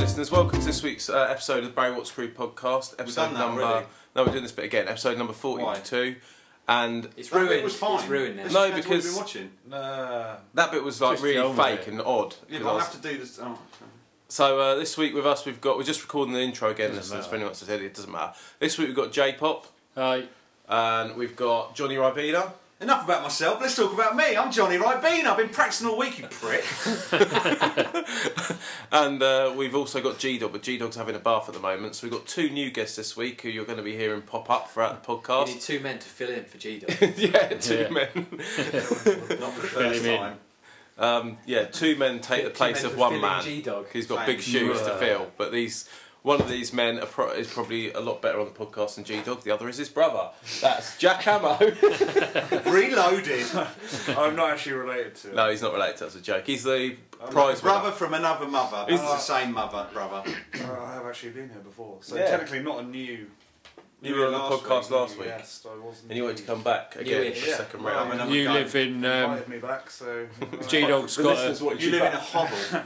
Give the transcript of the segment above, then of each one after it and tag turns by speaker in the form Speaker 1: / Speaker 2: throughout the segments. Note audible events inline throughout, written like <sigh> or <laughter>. Speaker 1: listeners, welcome to this week's uh, episode of the Barry Watts Crew podcast. Episode
Speaker 2: done that
Speaker 1: number
Speaker 2: already.
Speaker 1: no, we're doing this bit again. Episode number forty-two, and
Speaker 3: It's
Speaker 2: That bit
Speaker 3: ruined.
Speaker 2: was fine.
Speaker 3: It's ruined now.
Speaker 2: This
Speaker 1: No,
Speaker 2: is what we've
Speaker 1: because-
Speaker 2: been watching. Uh,
Speaker 1: that bit was like
Speaker 4: Just get
Speaker 1: really
Speaker 4: on with
Speaker 1: fake
Speaker 4: it.
Speaker 1: and odd.
Speaker 2: yeah,
Speaker 1: 'cause
Speaker 2: but
Speaker 1: I
Speaker 2: I'll
Speaker 1: was-
Speaker 2: have to do this. Oh,
Speaker 1: So uh, this week with us, we've got we're just recording the intro again.
Speaker 4: Doesn't
Speaker 1: Listeners, for
Speaker 4: matter.
Speaker 1: anyone that's said it doesn't matter. This week we've got J-pop
Speaker 4: Hi.
Speaker 1: and we've got Johnny Ribena.
Speaker 2: enough about myself. Let's talk about me. I'm Johnny Ribena. I've been practicing all week, you prick.
Speaker 1: And uh, we've also got G Dog, but G Dog's having a bath at the moment. So we've got two new guests this week who you're going to be hearing pop up throughout the
Speaker 3: You need
Speaker 1: podcast.
Speaker 3: two men to fill in for G Dog.
Speaker 1: <laughs> yeah, two
Speaker 4: Yeah.
Speaker 1: men. <laughs>
Speaker 2: Not for the
Speaker 4: Fill
Speaker 2: first
Speaker 4: him in.
Speaker 2: time.
Speaker 1: Um, yeah, two men take the place of one man.
Speaker 3: G Dog.
Speaker 1: He's got big
Speaker 2: Thanks.
Speaker 1: shoes to
Speaker 4: Yeah.
Speaker 1: fill, but these one of these men are pro- is probably a lot better on the podcast than G Dog. The other is his brother. That's Jack Hamo.
Speaker 2: Reloaded.
Speaker 5: I'm not actually related to
Speaker 1: <laughs>
Speaker 5: it.
Speaker 1: no, he's not related. That's a joke. He's the
Speaker 5: I'm
Speaker 1: prize winner.
Speaker 2: brother from another mother. This is the same mother, brother.
Speaker 5: Uh, I have actually been here before, so
Speaker 1: Yeah.
Speaker 5: technically not a new.
Speaker 1: You were on the podcast last week.
Speaker 5: Yes, I was.
Speaker 1: And you wanted to come back again
Speaker 3: Yeah,
Speaker 1: for the
Speaker 5: yeah.
Speaker 1: second
Speaker 2: Well,
Speaker 1: round.
Speaker 2: I'm another
Speaker 4: You
Speaker 2: guy.
Speaker 4: live in um,
Speaker 5: invited me back, so uh,
Speaker 4: G Dog's
Speaker 1: The
Speaker 4: got
Speaker 1: listeners
Speaker 4: a,
Speaker 1: want
Speaker 2: You live in a
Speaker 1: back.
Speaker 2: hovel.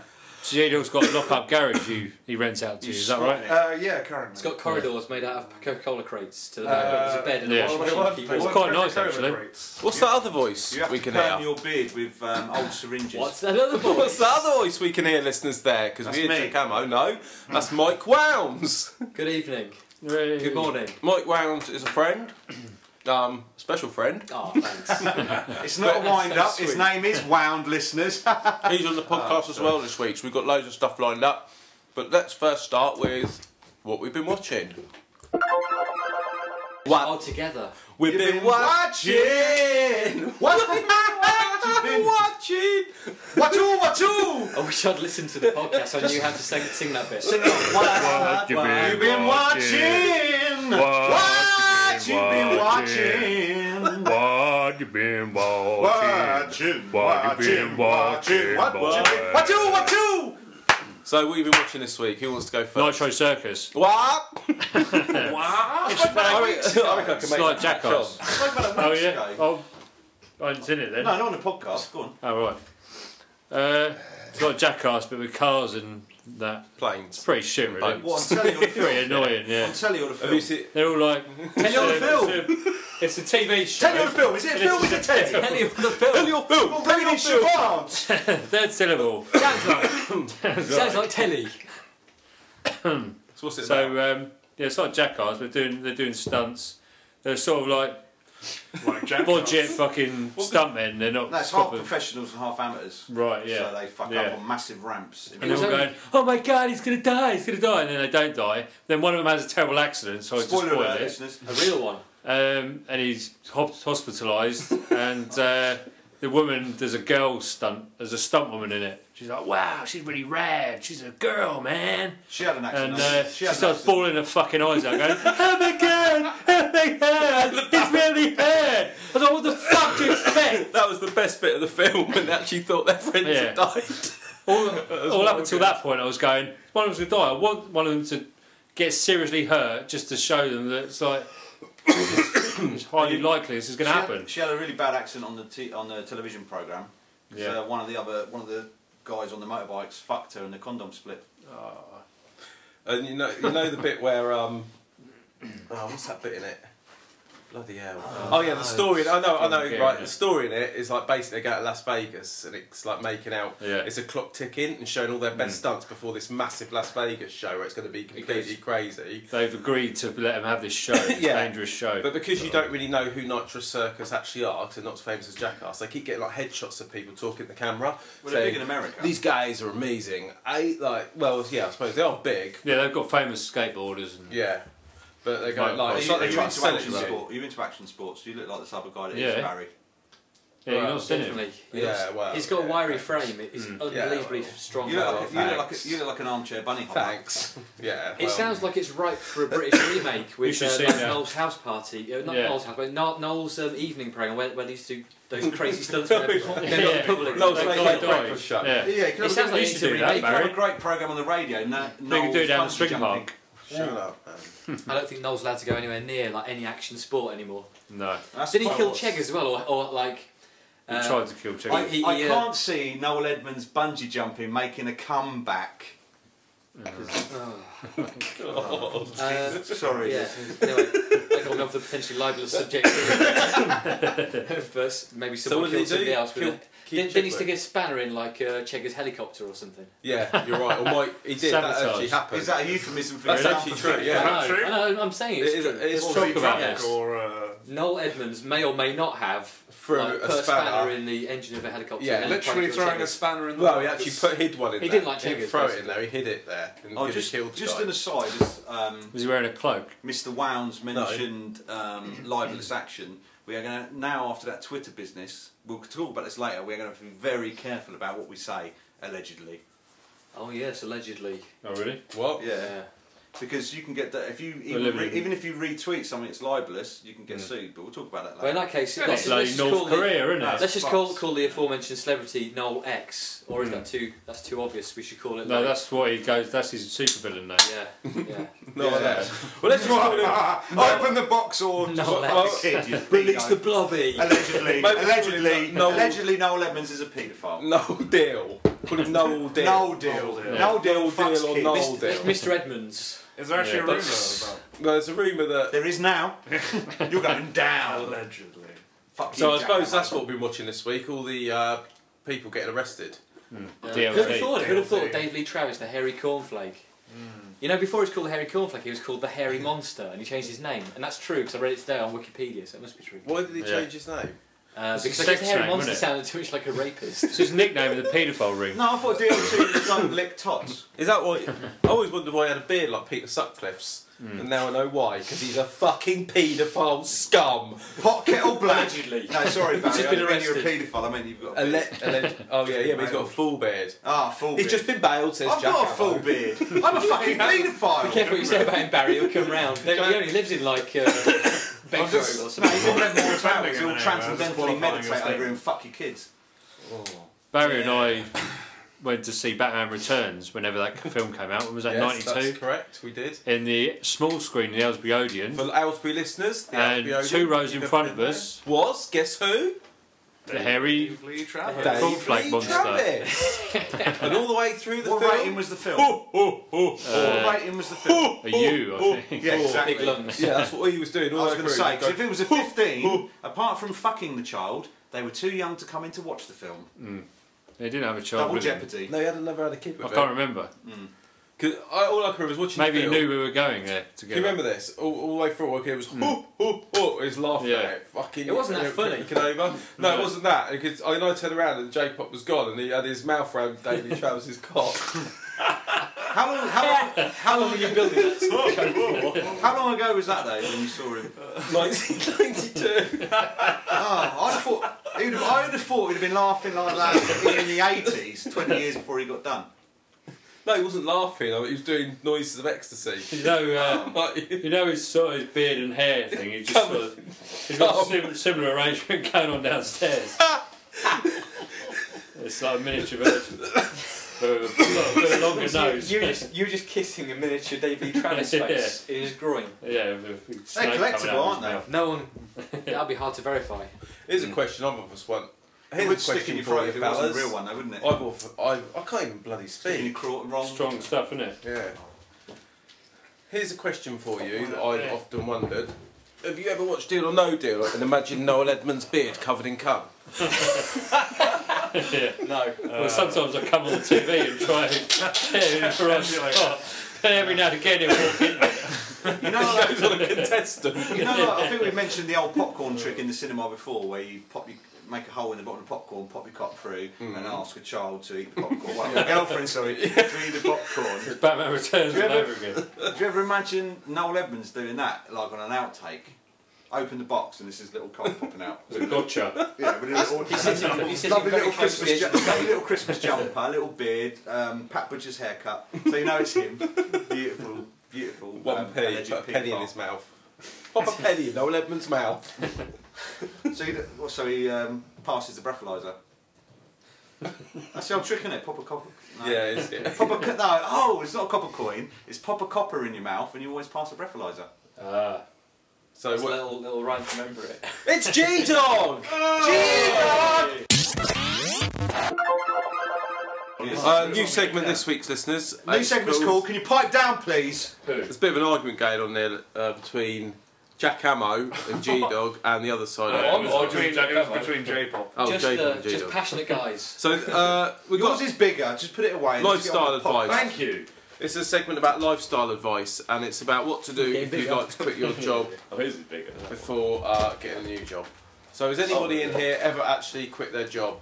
Speaker 4: G Dog's got a lock up garage. You he rents out to you. Is that
Speaker 2: swap
Speaker 4: right?
Speaker 2: it.
Speaker 5: Uh, yeah, currently.
Speaker 3: It's got corridors made out of Coca Cola crates to the
Speaker 5: Uh,
Speaker 3: back. There's a bed and
Speaker 4: yeah.
Speaker 3: a
Speaker 5: They want-
Speaker 3: washing
Speaker 5: they
Speaker 3: machine.
Speaker 5: want
Speaker 4: quite nice,
Speaker 5: Coca-Cola
Speaker 4: actually.
Speaker 5: crates.
Speaker 1: What's that other voice
Speaker 2: You have
Speaker 1: we
Speaker 2: to
Speaker 1: can
Speaker 2: perm
Speaker 1: hear?
Speaker 2: your beard with um, old syringes.
Speaker 3: What's that <laughs> other boy?
Speaker 1: What's the other voice we can hear, listeners? There, because
Speaker 2: That's
Speaker 1: we
Speaker 2: me. Hmm.
Speaker 1: hear Jack Hamo. No, that's Mike Wounds.
Speaker 3: Good evening.
Speaker 4: Hey.
Speaker 3: Good morning.
Speaker 1: Mike Wounds is a
Speaker 2: <clears throat>
Speaker 1: friend, um, special friend.
Speaker 3: Oh, thanks.
Speaker 2: It's not a
Speaker 3: That's
Speaker 2: wind
Speaker 3: so
Speaker 2: up. His
Speaker 3: sweet.
Speaker 2: name is Wound, listeners.
Speaker 1: He's on the podcast as well this week, Ah, so we've got loads of stuff lined up. But let's first start with what we've been watching.
Speaker 3: All
Speaker 1: What
Speaker 3: Oh, together.
Speaker 1: we've
Speaker 2: You've
Speaker 1: been, <laughs>
Speaker 2: been
Speaker 1: watching.
Speaker 2: been-
Speaker 1: watching.
Speaker 2: What all? What all?
Speaker 3: I wish I'd listened to the podcast. I knew how to sing, sing that bit.
Speaker 2: Sing along. What
Speaker 4: you been
Speaker 2: you been watching? What you been watching?
Speaker 4: What you been
Speaker 2: Watching, watching, watching. What you been? What you? What you?
Speaker 1: So what have you been watching this week? Who wants to go first?
Speaker 2: <laughs>
Speaker 4: Nitro Circus.
Speaker 1: What? I
Speaker 2: Wow.
Speaker 4: <laughs>
Speaker 1: reckon I reckon I can
Speaker 4: It's
Speaker 1: make
Speaker 4: like
Speaker 1: that catch
Speaker 4: Jackass.
Speaker 1: on.
Speaker 4: <laughs> Oh yeah. Oh, I hadn't seen it then.
Speaker 2: No, not on the podcast. Go on.
Speaker 4: Oh right. Uh, it's like Jackass, but with cars and that.
Speaker 1: Planes.
Speaker 4: Pretty shit, really.
Speaker 1: Boats.
Speaker 2: What? On telly or
Speaker 4: <laughs>
Speaker 2: the film?
Speaker 4: Pretty annoying,
Speaker 2: <laughs>
Speaker 4: yeah.
Speaker 2: On telly or the
Speaker 1: Have you
Speaker 2: film?
Speaker 1: seen?
Speaker 4: They're all like.
Speaker 2: Telly or the film?
Speaker 4: <laughs> It's a TV show.
Speaker 2: Telly or the film? Is it a film? or Is it telly?
Speaker 3: <laughs> Tell you on the film.
Speaker 1: Your film.
Speaker 2: Well, bring in Siobhan.
Speaker 4: Third syllable.
Speaker 3: Sounds like, sounds like telly.
Speaker 1: So what's it
Speaker 4: So
Speaker 1: about?
Speaker 4: um, yeah, it's like Jackass. They're doing they're doing stunts. They're sort of like
Speaker 5: Like Jack
Speaker 4: budget fucking stuntmen. They're not
Speaker 2: No, it's half
Speaker 4: proper.
Speaker 2: professionals and half amateurs.
Speaker 4: Right, yeah.
Speaker 2: So they fuck
Speaker 4: Yeah.
Speaker 2: up on massive ramps.
Speaker 4: and they're all going, "Oh my god, he's gonna die! He's gonna die!" And then they don't die. Then one of them has a terrible accident. So I just
Speaker 2: Spoiler
Speaker 4: spoil
Speaker 2: alert,
Speaker 4: it.
Speaker 2: listeners.
Speaker 3: A real one.
Speaker 4: Um, and he's ho-
Speaker 2: <laughs>
Speaker 4: hospitalised. and uh, the woman, there's a girl stunt. There's a stunt woman in it. She's like, "Wow, she's really rad. She's a girl, man."
Speaker 2: She had an accident.
Speaker 4: And uh,
Speaker 2: she
Speaker 4: she,
Speaker 2: had an
Speaker 4: starts
Speaker 2: accident.
Speaker 4: bawling her fucking eyes out, going, "Oh my god, oh my god, it's really hurt." I was like, "What the fuck do
Speaker 1: <laughs>
Speaker 4: you expect?"
Speaker 1: that was the best bit of the film, and they actually thought their friends
Speaker 4: Yeah.
Speaker 1: had died.
Speaker 4: All, all up until that point, I was going, "One of them's gonna die. I want one of them to get seriously hurt just to show them that it's like <coughs> it's, it's highly likely this
Speaker 2: She
Speaker 4: is gonna
Speaker 2: had-
Speaker 4: happen."
Speaker 2: She had a really bad accident on the t- on the television program.
Speaker 4: Yeah.
Speaker 2: So one of the other one of the guys on the motorbikes fucked her and the condom split.
Speaker 1: And you know, you know the bit where um, oh, what's that bit in it? Bloody hell! Oh, yeah, the story. I know, I know.
Speaker 4: fucking
Speaker 1: Right,
Speaker 4: good.
Speaker 1: the story in it is like basically they go to Las Vegas and it's like making out.
Speaker 4: Yeah.
Speaker 1: It's a clock ticking and showing all their best stunts before this massive Las Vegas show where it's going to be completely crazy.
Speaker 4: They've agreed to let him have this show, this
Speaker 1: Yeah.
Speaker 4: dangerous show.
Speaker 1: But because you don't really know who Nitro Circus actually are, because they're not as famous as Jackass, they keep getting like headshots of people talking to the camera.
Speaker 2: Well, they're
Speaker 1: saying,
Speaker 2: big in America.
Speaker 1: These guys are amazing. I like. Well, yeah, I suppose they are big.
Speaker 4: yeah, they've got famous skateboarders and
Speaker 1: Yeah. But they go
Speaker 4: Right,
Speaker 1: like,
Speaker 2: Are
Speaker 1: it's
Speaker 2: you,
Speaker 1: like
Speaker 2: are
Speaker 1: they
Speaker 2: you
Speaker 1: try
Speaker 2: into
Speaker 1: and sell it
Speaker 2: action
Speaker 1: to you.
Speaker 2: sport? Are you into action sports? You look like the type of guy that is
Speaker 4: Yeah.
Speaker 2: Barry.
Speaker 4: yeah, you're
Speaker 1: Right.
Speaker 4: not seen it. <laughs>
Speaker 3: Definitely.
Speaker 1: Yeah, well,
Speaker 3: He's got
Speaker 1: yeah,
Speaker 3: a wiry
Speaker 1: thanks.
Speaker 3: frame. It's unbelievably
Speaker 1: Yeah, well.
Speaker 3: strong.
Speaker 2: You look, like a, you, look like
Speaker 1: thanks.
Speaker 2: a, you look like an armchair bunny hopper.
Speaker 1: Thanks. <laughs> Yeah.
Speaker 3: It
Speaker 1: well,
Speaker 3: sounds like it's ripe
Speaker 1: <laughs>
Speaker 3: for a British remake with
Speaker 4: should
Speaker 3: uh,
Speaker 4: see
Speaker 3: like
Speaker 4: that.
Speaker 3: Noel's house party. Uh, not
Speaker 4: Yeah.
Speaker 3: Noel's house, but Noel- Noel's um, evening program where, where these two those
Speaker 1: <laughs>
Speaker 3: crazy stunts where they're not
Speaker 4: Yeah.
Speaker 3: in public.
Speaker 1: Noel's
Speaker 3: They're
Speaker 1: making a
Speaker 3: not in public.
Speaker 1: breakfast show.
Speaker 4: Yeah.
Speaker 2: Yeah, you could
Speaker 3: It
Speaker 2: have
Speaker 3: sounds like
Speaker 4: You
Speaker 3: it
Speaker 4: should
Speaker 3: needs a
Speaker 4: do that,
Speaker 3: remake.
Speaker 2: you could have a
Speaker 4: Barry.
Speaker 2: great program on the radio. No,
Speaker 4: They could do it down the
Speaker 2: street
Speaker 4: string park.
Speaker 1: Shut up. man.
Speaker 3: I don't think Noel's allowed to go anywhere near like any action sport anymore.
Speaker 4: No,
Speaker 3: Did he kill Chegg as well, or, or like?
Speaker 4: he
Speaker 3: uh,
Speaker 4: tried to kill Chicken.
Speaker 2: I,
Speaker 3: He-
Speaker 2: I
Speaker 3: he, uh,
Speaker 2: can't see Noel Edmonds bungee jumping making a comeback.
Speaker 3: 'cause-
Speaker 1: <laughs> Oh,
Speaker 3: <laughs>
Speaker 1: God.
Speaker 3: oh. uh,
Speaker 6: Sorry.
Speaker 3: yeah. Anyway, they're going off the
Speaker 1: <laughs>
Speaker 3: potentially libelous subject. of, uh, s- maybe
Speaker 1: So
Speaker 3: someone
Speaker 1: what did he
Speaker 3: killed somebody
Speaker 1: do?
Speaker 3: else. With
Speaker 1: Kill-
Speaker 3: it.
Speaker 1: Keith
Speaker 3: Then, then he stuck
Speaker 1: Chibwick.
Speaker 3: a spanner in like uh, Chegger's helicopter or something.
Speaker 1: Yeah, you're right. Or Mike, he did. That
Speaker 4: Sabotage.
Speaker 1: actually happened.
Speaker 7: Is that a euphemism for
Speaker 1: That's
Speaker 7: you're
Speaker 1: actually
Speaker 7: down
Speaker 1: true,
Speaker 7: for
Speaker 1: yeah.
Speaker 7: three?
Speaker 3: I know,
Speaker 6: true?
Speaker 3: I know, I'm saying
Speaker 1: It
Speaker 3: it's
Speaker 1: is-
Speaker 3: true.
Speaker 1: it is
Speaker 6: Or
Speaker 1: true.
Speaker 6: Zeke
Speaker 4: about
Speaker 6: Frank
Speaker 4: this.
Speaker 6: Or, uh,
Speaker 3: Noel Edmonds may or may not have
Speaker 1: Through
Speaker 3: like,
Speaker 1: a
Speaker 3: put
Speaker 1: spanner.
Speaker 3: in the engine of a helicopter.
Speaker 1: Yeah,
Speaker 3: and
Speaker 6: literally
Speaker 3: tried to
Speaker 6: throwing
Speaker 3: attack
Speaker 6: a
Speaker 3: us.
Speaker 6: spanner in the
Speaker 1: Well, he
Speaker 6: works.
Speaker 1: actually put hid one in
Speaker 3: He
Speaker 1: there.
Speaker 3: didn't like
Speaker 1: He didn't
Speaker 3: Cheggers,
Speaker 1: throw it in
Speaker 3: basically.
Speaker 1: there. He hid it there and
Speaker 2: Oh,
Speaker 1: could
Speaker 2: just
Speaker 1: have killed the
Speaker 2: just
Speaker 1: guy.
Speaker 2: an aside, as um,
Speaker 4: Was he wearing a cloak?
Speaker 2: Mr. Wounds mentioned um, libelous action. We are going to now, after that Twitter business, we'll talk about this later. We're going to be very careful about what we say, allegedly.
Speaker 3: Oh yes, allegedly.
Speaker 4: Oh, really?
Speaker 1: What?
Speaker 2: Yeah, because you can get that if you even,
Speaker 4: living
Speaker 2: re-
Speaker 4: in-
Speaker 2: even if you retweet something that's libelous, you can get sued. But we'll talk about that
Speaker 3: Well, in
Speaker 2: later.
Speaker 3: that case,
Speaker 4: That's
Speaker 3: let's,
Speaker 4: bloody
Speaker 3: let's just
Speaker 4: North
Speaker 3: call the-
Speaker 4: Korea, isn't it?
Speaker 3: let's just call call the aforementioned celebrity Noel X, or is that too? That's too obvious. We should call it.
Speaker 4: No,
Speaker 3: like-
Speaker 4: that's what he goes. That's his supervillain name.
Speaker 3: <laughs> yeah, yeah.
Speaker 1: No,
Speaker 6: Yeah.
Speaker 1: no. <laughs> Well, let's just call him.
Speaker 7: Open the box or
Speaker 3: Noel
Speaker 1: well,
Speaker 3: X.
Speaker 2: Kid, you
Speaker 3: Release
Speaker 2: pedo.
Speaker 3: the blobby.
Speaker 1: <laughs>
Speaker 2: allegedly,
Speaker 1: Maybe it's
Speaker 2: allegedly,
Speaker 1: Noel-
Speaker 2: allegedly, Noel Edmonds is a paedophile.
Speaker 1: No deal. Call him no deal.
Speaker 2: No deal.
Speaker 6: Yeah.
Speaker 2: No
Speaker 1: No
Speaker 2: deal. Fucks
Speaker 1: deal or
Speaker 2: kids.
Speaker 1: no deal.
Speaker 3: Mr. Edmonds.
Speaker 6: Is there actually
Speaker 4: Yeah,
Speaker 6: a rumour about
Speaker 1: Well, there's a rumour that.
Speaker 2: There
Speaker 1: <laughs>
Speaker 2: is now. You're going <laughs> down.
Speaker 6: allegedly?
Speaker 2: Fuck
Speaker 1: So
Speaker 2: you,
Speaker 1: I suppose
Speaker 2: Jack.
Speaker 1: that's what we've been watching this week. All the uh, people getting arrested.
Speaker 3: Yeah.
Speaker 4: DLT.
Speaker 3: Who'd have thought? it? Who'd have thought
Speaker 6: DLT.
Speaker 3: Dave Lee Travis, the hairy cornflake? You know, before he was called the hairy cornflake, he was called the <laughs> hairy monster, and he changed his name, and that's true because I read it today on Wikipedia, so it must be true.
Speaker 1: Why did he
Speaker 4: Yeah.
Speaker 1: change his name?
Speaker 3: Uh,
Speaker 4: It's a
Speaker 3: because I guess
Speaker 4: sex
Speaker 3: the hairy
Speaker 4: name,
Speaker 3: monster
Speaker 4: isn't it?
Speaker 3: sounded too much like a <laughs> rapist.
Speaker 4: It's his nickname in the paedophile ring.
Speaker 2: No, I thought DL2 was like lick tots.
Speaker 1: Is that why? I always wondered why he had a beard like Peter Sutcliffe's,
Speaker 4: Hmm.
Speaker 1: and now I know why. Because he's a fucking paedophile scum.
Speaker 2: Pot kettle black.
Speaker 3: Allegedly.
Speaker 2: No, sorry, Barry.
Speaker 3: Just
Speaker 2: I
Speaker 3: been
Speaker 2: didn't mean you're a
Speaker 3: arrested.
Speaker 2: paedophile. I mean you've got. a
Speaker 1: Ele-
Speaker 2: beard.
Speaker 1: ele- oh yeah, yeah, but he's got a full beard.
Speaker 2: Ah, full
Speaker 1: He's
Speaker 2: beard.
Speaker 1: just been bailed. Says
Speaker 2: I've
Speaker 1: Jack.
Speaker 2: got a full
Speaker 1: Arrow.
Speaker 2: beard. I'm a fucking paedophile.
Speaker 3: Careful what you say about him, Barry. He'll come round. He only lives in <laughs> like uh, Bedford or
Speaker 2: Mate,
Speaker 3: something.
Speaker 2: he's all them more about
Speaker 6: Defending
Speaker 2: is all
Speaker 6: him anyway, that's
Speaker 2: transcendentally
Speaker 6: qualifying your
Speaker 2: meditate
Speaker 6: statement.
Speaker 2: over and fuck your kids.
Speaker 4: Barry and I went to see Batman Returns whenever that film came out. When was that?
Speaker 1: Yes, that's
Speaker 4: Ninety-two.
Speaker 1: correct. We did.
Speaker 4: In the small screen in the Ellsbury Odeon.
Speaker 1: For Aylesbury listeners, the
Speaker 4: And
Speaker 1: Aylesbury
Speaker 4: two
Speaker 1: Odeon,
Speaker 4: rows in
Speaker 1: you've
Speaker 4: front
Speaker 1: been
Speaker 4: of us.
Speaker 1: there, was guess who?
Speaker 4: The hairy.
Speaker 6: Dave Lee Travis.
Speaker 1: Dave
Speaker 4: Cornflake
Speaker 1: Lee
Speaker 4: monster.
Speaker 1: Travis.
Speaker 4: <laughs>
Speaker 1: and all the way through the
Speaker 2: What
Speaker 1: film.
Speaker 2: rating was the film?
Speaker 4: Oh,
Speaker 2: What
Speaker 4: Uh,
Speaker 2: rating was the film?
Speaker 4: a U, I think.
Speaker 2: Yeah,
Speaker 3: Big
Speaker 2: exactly.
Speaker 3: lungs.
Speaker 1: yeah, that's what he was doing.
Speaker 2: I
Speaker 1: All
Speaker 2: was
Speaker 1: the
Speaker 2: going to
Speaker 1: way
Speaker 2: say,
Speaker 1: through.
Speaker 2: because if it was a 15, apart from fucking the child, they were too young to come in to watch the film.
Speaker 4: They didn't have a child.
Speaker 2: Double
Speaker 4: with them.
Speaker 2: jeopardy.
Speaker 1: no, he hadn't never had a kid
Speaker 4: I
Speaker 1: with
Speaker 4: can't
Speaker 1: him.
Speaker 4: remember.
Speaker 1: 'Cause I, all I can remember was watching.
Speaker 4: Maybe
Speaker 1: the
Speaker 4: he
Speaker 1: film.
Speaker 4: knew we were going there
Speaker 1: Do you
Speaker 4: together.
Speaker 1: remember this? All, all the way through, okay, it was hoo, hoo, hoo, he was laughing
Speaker 4: Yeah.
Speaker 1: at it. Fucking,
Speaker 3: It wasn't that funny.
Speaker 1: Kicking
Speaker 3: <laughs>
Speaker 1: over. No, it
Speaker 4: No.
Speaker 1: wasn't that. Because I, I turned around and J Pop was gone and he had his mouth round
Speaker 3: <laughs>
Speaker 1: David Travis's cock. <laughs>
Speaker 2: How long? How long?
Speaker 3: How long are you building that?
Speaker 2: How long ago was that though when you saw him?
Speaker 1: 1992.
Speaker 2: Oh, I'd have thought he'd have, I would have thought he'd have been laughing like that in the eighties, twenty years before he got done.
Speaker 1: No, he wasn't laughing, I mean, he was doing noises of ecstasy. <laughs>
Speaker 4: You know, uh,
Speaker 1: Like,
Speaker 4: you know his sort of his beard and hair thing. He just
Speaker 1: Come
Speaker 4: sort of, he's got a sim- similar arrangement <laughs> going on downstairs. it's like a miniature version, but with a,
Speaker 2: <laughs>
Speaker 4: with a longer nose.
Speaker 3: You were just, you were just kissing a miniature Davy Travis face in his groin.
Speaker 4: Yeah, with a big
Speaker 2: They're
Speaker 4: snake coming
Speaker 2: collectible,
Speaker 4: out
Speaker 2: aren't
Speaker 4: of
Speaker 2: they?
Speaker 4: his mouth.
Speaker 3: No one. That'd be hard to verify.
Speaker 1: here's a question I've offered one.
Speaker 2: It would
Speaker 1: Hmm. Here's a
Speaker 2: stick in
Speaker 1: question
Speaker 2: your
Speaker 1: for
Speaker 2: throat
Speaker 1: you,
Speaker 2: if it wasn't
Speaker 1: fellas.
Speaker 2: a real one, though, wouldn't it?
Speaker 1: I've offered, I've, I can't even bloody
Speaker 2: Stick in your
Speaker 1: speak.
Speaker 2: craw- wrong.
Speaker 4: Strong stuff, isn't it?
Speaker 1: Yeah. Here's a question for you that I've often wondered. Have you ever watched Deal or No Deal and imagined Noel Edmonds' beard covered in cum? <laughs>
Speaker 3: No.
Speaker 4: well, sometimes I come on the TV and try and get in the right spot. And every now and again, he'll walk in.
Speaker 2: You know, like,
Speaker 1: He's on a contestant.
Speaker 2: <laughs> you know, like, I think we mentioned the old popcorn trick in the cinema before, where you pop your, make a hole in the bottom of the popcorn, pop your cock through, and ask a child to eat the popcorn. <laughs> Well, a girlfriend,
Speaker 5: <laughs>
Speaker 2: sorry, to eat the popcorn.
Speaker 4: Batman Returns
Speaker 2: Do you
Speaker 4: all
Speaker 2: ever-
Speaker 4: over again.
Speaker 2: Did you ever imagine Noel Edmonds doing that, like on an outtake? Open the box and this is little cock popping out.
Speaker 4: Gotcha.
Speaker 2: <laughs> Yeah, with a little,
Speaker 3: He's sitting, he's sitting
Speaker 2: Lovely
Speaker 3: very
Speaker 2: little
Speaker 3: close to
Speaker 2: Christmas,
Speaker 3: the edge
Speaker 2: ju-
Speaker 3: of the
Speaker 2: lovely little <laughs> Christmas jumper, little beard, um, Pat Butcher's haircut, so you know it's him. Beautiful, beautiful.
Speaker 1: One
Speaker 2: um,
Speaker 1: penny,
Speaker 2: alleged
Speaker 1: put a penny in
Speaker 2: paedophile.
Speaker 1: his mouth. Pop a penny in Noel Edmonds'
Speaker 2: <laughs>
Speaker 1: mouth.
Speaker 2: So he, well, so he um, passes the <laughs> breathalyzer. That's the old trick, is it? Pop a copper. No.
Speaker 1: Yeah, is it?
Speaker 2: Pop a co- no. Oh, it's not a copper coin. It's pop a copper in your mouth, and you always pass a breathalyzer.
Speaker 4: Ah.
Speaker 1: So
Speaker 3: It's a
Speaker 1: what?
Speaker 3: little, little rhyme to remember it.
Speaker 1: It's G
Speaker 2: <laughs>
Speaker 1: Dog. Uh, new segment this week's listeners.
Speaker 2: New segment's called Can You Pipe Down Please?
Speaker 1: There's a bit of an argument going on there uh, between Jack Ammo and G
Speaker 2: <laughs>
Speaker 1: Dog and the other side.
Speaker 4: Oh,
Speaker 1: of it.
Speaker 4: I'm-
Speaker 6: It was between, it was between J-pop.
Speaker 1: Oh,
Speaker 3: just,
Speaker 1: J Dog
Speaker 3: uh,
Speaker 1: and G
Speaker 3: just
Speaker 1: Dog. <laughs>
Speaker 3: passionate guys.
Speaker 1: So uh, we've
Speaker 2: Yours
Speaker 1: got
Speaker 2: is bigger, just put it away. and just get on
Speaker 1: lifestyle
Speaker 2: with the podcast.
Speaker 1: advice.
Speaker 4: Thank you.
Speaker 1: It's a segment about lifestyle advice, and it's about what to do
Speaker 3: Getting
Speaker 1: if you'd
Speaker 3: bigger.
Speaker 1: like to quit
Speaker 8: <laughs>
Speaker 1: your job
Speaker 4: Oh, his is bigger.
Speaker 1: before uh, getting a new job. So, has anybody in here ever actually quit their job?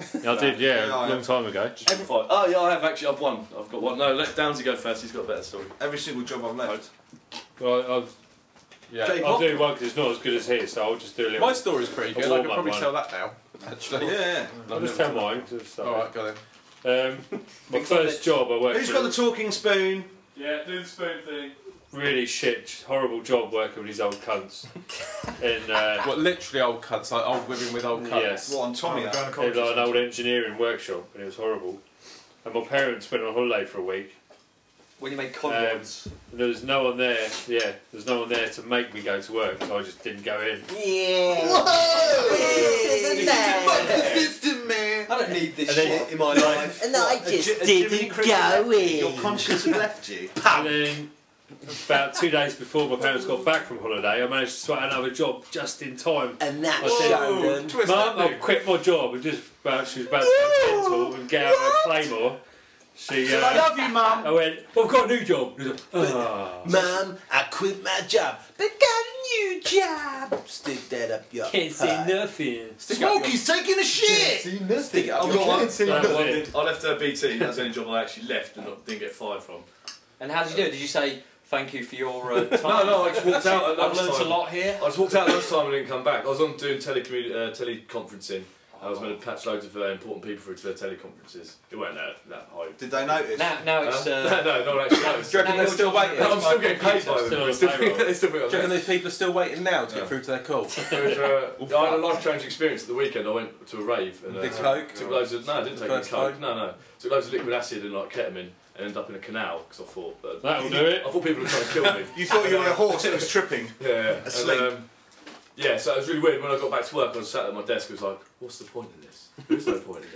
Speaker 4: I did, yeah,
Speaker 2: Yeah, I
Speaker 4: a long
Speaker 2: am.
Speaker 4: time ago.
Speaker 5: Everybody. Oh yeah, I have actually. I've one. I've got one. No, let Downsy go first. He's got a better story.
Speaker 2: Every single job I've left.
Speaker 4: Well, I've, yeah,
Speaker 2: Jake,
Speaker 4: I'll
Speaker 2: what-
Speaker 4: do one because it's not as good as his, so I'll just do a little.
Speaker 1: My story's pretty good.
Speaker 4: warm
Speaker 1: I could
Speaker 4: up
Speaker 1: probably
Speaker 4: one.
Speaker 1: tell that now. Actually,
Speaker 2: Yeah, yeah.
Speaker 4: I'll just tell mine. 'cause it's-
Speaker 1: All right, got it.
Speaker 2: <laughs>
Speaker 4: Um, my first job, I worked.
Speaker 2: Who's
Speaker 4: for
Speaker 2: got the talking spoon?
Speaker 5: Yeah, do the spoon thing.
Speaker 4: really shit, horrible job working with these old
Speaker 2: <laughs>
Speaker 4: cunts. and uh,
Speaker 1: What literally old cunts, like old women with old cunts.
Speaker 4: yes,
Speaker 2: What, on Tommy?
Speaker 1: Oh,
Speaker 2: that?
Speaker 4: it was like an old engineering workshop, and it was horrible. And my parents went on holiday for a week.
Speaker 3: When you make
Speaker 4: Um,
Speaker 3: condoms.
Speaker 4: and there was no one there. Yeah, there was no one there to make me go to work, so I just didn't go in.
Speaker 3: I don't need this
Speaker 4: and then-
Speaker 3: shit in my life.
Speaker 8: And I just didn't go
Speaker 2: Your
Speaker 8: in.
Speaker 2: conscience had left you.
Speaker 4: And then about two days before my parents got back from holiday, I managed to sweat another job just in time.
Speaker 8: And
Speaker 4: I
Speaker 8: that's
Speaker 4: said,
Speaker 8: Shandon.
Speaker 4: Mum, I quit my job and just about she was about to go mental and get out of Claymore. She,
Speaker 2: I
Speaker 4: uh,
Speaker 2: love you, Mum.
Speaker 4: I went, well, I've got a new job. And she was like, "Ah."
Speaker 8: Mum, I quit my job, but got a new job. Stick that up your
Speaker 4: Can't
Speaker 8: pipe.
Speaker 4: say nothing.
Speaker 2: Smokey's taking a shit!
Speaker 1: Stick it up your
Speaker 4: That was it.
Speaker 5: I left uh, BT. That's the only job I actually left and not, didn't get fired from.
Speaker 3: And how did you do it? Did you say thank you for your
Speaker 1: <laughs>
Speaker 3: uh, time?
Speaker 5: No, no, I just walked out at
Speaker 3: I've learnt a
Speaker 5: lunchtime.
Speaker 3: lot here.
Speaker 5: I just walked out last time and didn't come back. I was on doing telecommu- uh, teleconferencing. I was going to patch loads of uh, important people through to their teleconferences. It weren't that, that high.
Speaker 2: Did they notice?
Speaker 3: Now, now it's. Uh,
Speaker 5: no, no, no, actually.
Speaker 4: <laughs>
Speaker 5: no,
Speaker 1: <laughs>
Speaker 5: it's-
Speaker 1: Do you reckon they're still waiting?
Speaker 5: no, I'm
Speaker 1: Do
Speaker 5: still getting paid by them.
Speaker 4: Still on
Speaker 5: They
Speaker 4: the
Speaker 5: still, <laughs>
Speaker 4: payroll.
Speaker 5: they still think I'm
Speaker 1: you reckon
Speaker 5: there.
Speaker 1: these people are still waiting now to get through to their call?
Speaker 5: It was, uh, I had a life changing experience at the weekend. I went to a rave and uh,
Speaker 1: Big Coke?
Speaker 5: took loads of no, I didn't take any
Speaker 1: First
Speaker 5: coke.
Speaker 1: time?
Speaker 5: No, no, took loads of liquid acid and like ketamine and ended up in a canal because I thought uh,
Speaker 4: That'll do
Speaker 5: I
Speaker 4: it.
Speaker 5: thought people were trying to kill me.
Speaker 2: <laughs> You thought you were a horse that was tripping.
Speaker 5: Yeah, yeah.
Speaker 2: Asleep.
Speaker 5: And, um, yeah, so it was really weird. When I got back to work, I was sat at my desk. I was like, "What's the point in this? There's no point in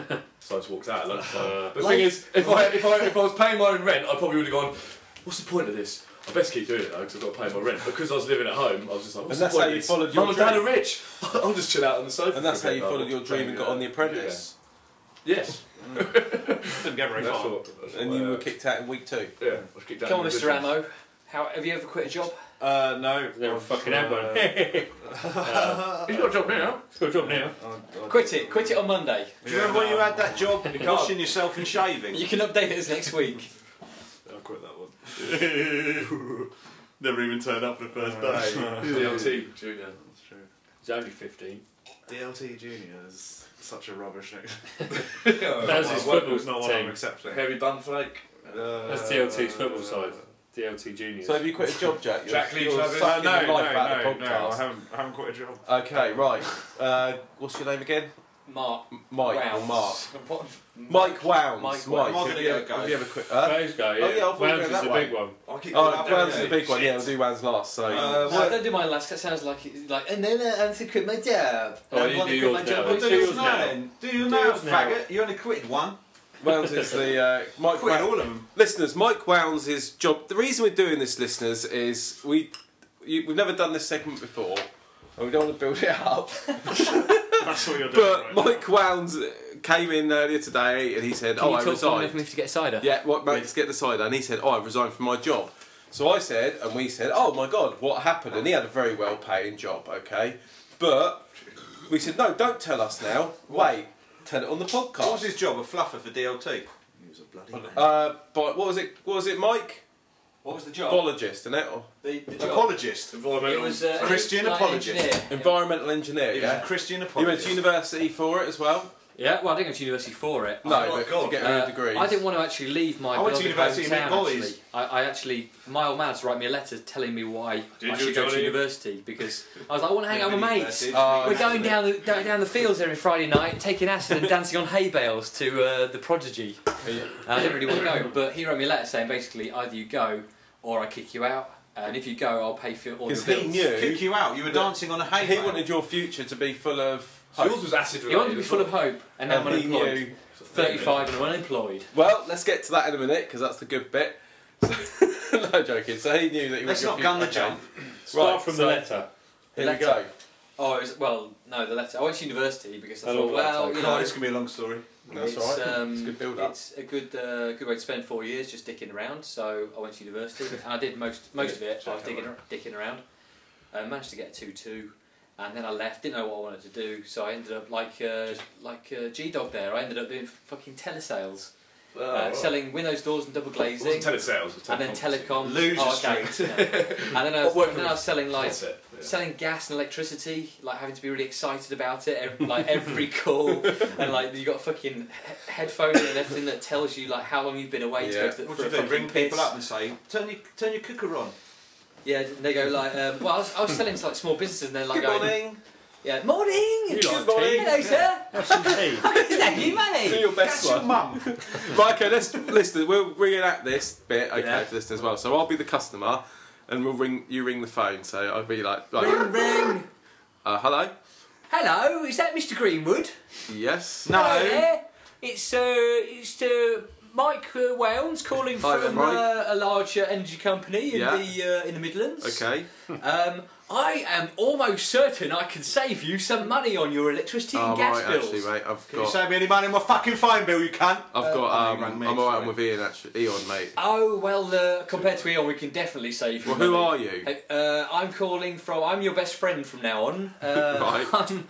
Speaker 5: this."
Speaker 1: <laughs>
Speaker 5: so I just walked out at lunchtime. But the thing is, if I if I if I was paying my own rent, I probably would have gone, "What's the point of this?" I best keep doing it though because I've got to pay my rent. Because I was living at home, I was just like, "What's
Speaker 1: that's
Speaker 5: the point
Speaker 1: how
Speaker 5: of
Speaker 1: you
Speaker 5: this?
Speaker 1: followed your
Speaker 5: Mum and dad
Speaker 1: dream.
Speaker 5: are rich. <laughs> I'll just chill out on the sofa."
Speaker 1: And that's
Speaker 5: for
Speaker 1: how
Speaker 5: a
Speaker 1: you
Speaker 5: bit.
Speaker 1: followed your dream and got on The Apprentice.
Speaker 5: Yeah. Yes.
Speaker 6: Didn't get very
Speaker 5: That's
Speaker 6: far.
Speaker 5: what, that's
Speaker 1: And
Speaker 5: what,
Speaker 1: you
Speaker 5: uh,
Speaker 1: were kicked out in week two.
Speaker 5: yeah. I was kicked out
Speaker 3: come on,
Speaker 5: of the
Speaker 3: Mr.
Speaker 5: business.
Speaker 3: Ammo. How, have you ever quit a job?
Speaker 6: Uh, no.
Speaker 4: They're a fucking
Speaker 6: uh,
Speaker 4: everyone. <laughs> He's
Speaker 5: <laughs> He's got a job now.
Speaker 4: got a job now.
Speaker 1: Oh,
Speaker 3: Quit it. Quit it on Monday.
Speaker 2: Do you remember when you had that
Speaker 1: <laughs>
Speaker 2: job
Speaker 5: You can't.
Speaker 2: washing yourself and shaving?
Speaker 3: You can update us next week.
Speaker 6: I'll quit that one.
Speaker 7: Never even turned up for the first day.
Speaker 5: DLT Junior.
Speaker 6: That's true.
Speaker 4: He's only 15.
Speaker 6: DLT Junior is such a rubbish name. <laughs>
Speaker 4: That was his
Speaker 6: It's not
Speaker 4: football
Speaker 6: one I'm
Speaker 4: team.
Speaker 6: accepting. Uh,
Speaker 5: Heavy bun flake.
Speaker 4: That's DLT's football side. DLT Juniors.
Speaker 1: So have you quit a job, Jack? You're-
Speaker 5: Jack Lee
Speaker 1: you're
Speaker 5: Travis.
Speaker 6: Uh,
Speaker 1: sucking
Speaker 6: no,
Speaker 1: your
Speaker 6: no,
Speaker 1: life out of
Speaker 6: no,
Speaker 1: the
Speaker 6: no,
Speaker 1: podcast.
Speaker 6: I haven't, I haven't quit a job.
Speaker 1: Okay, right. Uh, what's your name again?
Speaker 3: Mark.
Speaker 1: M- Mike or Mark?
Speaker 3: Rounds. <laughs>
Speaker 1: Mike
Speaker 3: What?
Speaker 1: Wounds. Mike,
Speaker 3: Mike Wounds.
Speaker 2: Mark,
Speaker 1: have,
Speaker 2: there
Speaker 1: you
Speaker 2: you
Speaker 1: ever,
Speaker 2: go.
Speaker 1: have you ever quit? Uh,
Speaker 4: Those guy,
Speaker 1: Oh, yeah, I thought we were
Speaker 4: Wales is
Speaker 1: that
Speaker 4: the
Speaker 1: way.
Speaker 4: big one.
Speaker 2: I keep going
Speaker 1: oh,
Speaker 2: out there,
Speaker 1: Wounds is
Speaker 2: yeah.
Speaker 1: the big one. Yeah, we'll do Wounds last. So
Speaker 2: Uh,
Speaker 3: No, don't do mine last. 'cause That sounds like it's like. And then uh, I had to quit my job.
Speaker 4: Oh,
Speaker 3: And
Speaker 4: you
Speaker 3: I wanna
Speaker 4: do
Speaker 3: quit my
Speaker 4: yours
Speaker 3: job.
Speaker 4: now.
Speaker 2: Well, do
Speaker 4: Two
Speaker 2: yours
Speaker 4: years
Speaker 2: now
Speaker 4: now.
Speaker 2: then. Do yours now,
Speaker 4: yours now.
Speaker 2: faggot. You only quitted one.
Speaker 1: Wounds is the uh, Mike.
Speaker 2: Quitted
Speaker 1: Wou-
Speaker 2: all of them.
Speaker 1: listeners, Mike Wounds' is job. The reason we're doing this, listeners, is we you, we've never done this segment before, and we don't want to build it up.
Speaker 6: That's what you're doing.
Speaker 1: But
Speaker 6: right
Speaker 1: Mike Wounds came in earlier today, and he said,
Speaker 3: Can
Speaker 1: "Oh,
Speaker 3: you
Speaker 1: I
Speaker 3: talk to one
Speaker 1: resigned."
Speaker 3: if we need to get cider?
Speaker 1: Yeah, right, mate, let's get the cider. And he said, Oh, I've resigned from my job. So I said, and we said, Oh my god, what happened? And he had a very well paying job, okay? But we said, No, don't tell us now. Wait, tell it on the
Speaker 2: What was
Speaker 1: podcast.
Speaker 2: his job? A fluffer for DLT. He was a bloody man.
Speaker 1: Uh, but what was it? What was it, Mike?
Speaker 3: What was the job?
Speaker 1: Biologist, isn't it? Or
Speaker 3: the, the job.
Speaker 2: Apologist.
Speaker 3: It was uh,
Speaker 2: Christian
Speaker 3: like
Speaker 2: apologist.
Speaker 3: engineer.
Speaker 1: environmental engineer,
Speaker 2: He was a
Speaker 1: yeah.
Speaker 2: Christian
Speaker 1: You went
Speaker 2: apologist.
Speaker 1: to university for it as well?
Speaker 3: Yeah, well, I didn't go to university eh? for it.
Speaker 1: No,
Speaker 2: my
Speaker 1: but to
Speaker 2: God.
Speaker 1: get
Speaker 3: Uh,
Speaker 1: a degree.
Speaker 3: I didn't want to actually leave my
Speaker 2: I went to
Speaker 3: beloved
Speaker 2: university and met
Speaker 3: hometown,
Speaker 2: boys.
Speaker 3: actually. I, I actually, my old man had to write me a letter telling me why
Speaker 5: Did
Speaker 3: I
Speaker 5: you,
Speaker 3: should go to
Speaker 5: Johnny?
Speaker 3: university because I was like, I want to hang out with my mates.
Speaker 1: Oh,
Speaker 3: We're going down the, down, down the fields every Friday night, taking acid and dancing on hay bales to uh, the Prodigy.
Speaker 1: Yeah.
Speaker 3: And I didn't really want to go, but he wrote me a letter saying basically either you go or I kick you out, and if you go, I'll pay for all
Speaker 1: Because
Speaker 3: your
Speaker 1: he
Speaker 3: bills.
Speaker 2: Kick
Speaker 1: knew
Speaker 2: you out. You were dancing on a hay.
Speaker 1: he
Speaker 2: bale.
Speaker 1: wanted your future to be full of
Speaker 5: So
Speaker 1: hope.
Speaker 5: yours was acid
Speaker 3: You want
Speaker 5: related.
Speaker 3: to be full of hope, and now I'm
Speaker 1: And he
Speaker 3: unemployed.
Speaker 1: knew
Speaker 3: 35 and I'm unemployed.
Speaker 1: Well, let's get to that in a minute because that's the good bit. <laughs> So, no joking. So he knew that he was.
Speaker 2: Let's not
Speaker 1: confused.
Speaker 2: gun the
Speaker 1: Okay.
Speaker 2: jump.
Speaker 4: Start
Speaker 1: Right,
Speaker 4: from
Speaker 1: so-
Speaker 4: the letter.
Speaker 1: Here we go.
Speaker 3: Oh, it was, well, no, the letter. I went to university because I
Speaker 4: Hello,
Speaker 3: thought, well, you
Speaker 2: God,
Speaker 3: know,
Speaker 2: this can be a long story.
Speaker 1: That's
Speaker 3: it's,
Speaker 1: all right.
Speaker 3: um,
Speaker 1: It's a good build-up.
Speaker 3: It's a good, uh, good way to spend four years just dicking around. So I went to university and I did
Speaker 1: <laughs>
Speaker 3: most most of it. I was digging, dicking around. I managed to get a two two, and then I left. Didn't know what I wanted to do, so I ended up like uh, like uh, G Dog there. I ended up doing fucking telesales,
Speaker 1: Oh,
Speaker 3: uh, selling windows, doors, and double
Speaker 5: It
Speaker 3: glazing.
Speaker 5: wasn't telesales, it was
Speaker 3: and then telecoms,
Speaker 2: Loser
Speaker 3: oh, okay. Yeah. <laughs>
Speaker 1: <laughs>
Speaker 3: and then I was,
Speaker 5: Working
Speaker 3: and then I was selling like
Speaker 5: That's it. yeah.
Speaker 3: selling gas and electricity, like having to be really excited about it, ev- like
Speaker 4: <laughs>
Speaker 3: every call, and like you got a fucking he- headphone and everything that tells you like how long you've been away
Speaker 1: Yeah.
Speaker 3: to go to the,
Speaker 2: What
Speaker 3: for
Speaker 2: do you
Speaker 3: a
Speaker 2: do?
Speaker 3: fucking
Speaker 2: Ring
Speaker 3: piss.
Speaker 2: people up and say, turn your, turn your cooker on.
Speaker 3: Yeah, and they go like, um, well, I was, I was selling to like small businesses, and they're like,
Speaker 2: Good
Speaker 3: going,
Speaker 2: morning.
Speaker 3: yeah, morning,
Speaker 4: You
Speaker 3: good
Speaker 4: like
Speaker 3: morning,
Speaker 4: tea?
Speaker 3: hello, sir,
Speaker 4: Have
Speaker 3: <laughs>
Speaker 4: some tea.
Speaker 3: thank you,
Speaker 1: Do
Speaker 3: money.
Speaker 1: your best
Speaker 2: That's your
Speaker 1: one.
Speaker 2: mum.
Speaker 1: Right, okay, let's listen. We'll reenact this bit, okay,
Speaker 3: Yeah.
Speaker 1: for this as well. So I'll be the customer, and we'll ring. You ring the phone. So I'll be like,
Speaker 3: Ring,
Speaker 1: like
Speaker 3: ring.
Speaker 1: uh, hello.
Speaker 3: Hello, is that Mr. Greenwood?
Speaker 1: Yes.
Speaker 2: No.
Speaker 3: Hello there. It's uh, it's uh, Mike uh, Wales calling
Speaker 1: Hi there,
Speaker 3: from
Speaker 1: Mike.
Speaker 3: uh, a larger energy company in
Speaker 1: Yeah.
Speaker 3: the uh, in the Midlands.
Speaker 1: Okay.
Speaker 3: Um, I am almost certain I can save you some money on your electricity and
Speaker 1: Oh,
Speaker 3: gas
Speaker 1: right,
Speaker 3: bills.
Speaker 1: actually, mate, I've
Speaker 2: Can you uh,
Speaker 1: got,
Speaker 2: save me any money on my fucking phone bill, you cunt?
Speaker 1: I've got, um,
Speaker 2: I mean, mate,
Speaker 1: I'm alright.
Speaker 2: sorry.
Speaker 1: I'm with Ian, actually. Eon, mate.
Speaker 3: Oh well, uh, compared to Eon, we can definitely save you.
Speaker 1: Well, who
Speaker 3: money.
Speaker 1: are you?
Speaker 3: Hey, Uh, I'm calling from. I'm your best friend from now on. Uh,
Speaker 1: <laughs> Right.
Speaker 3: <laughs> I'm-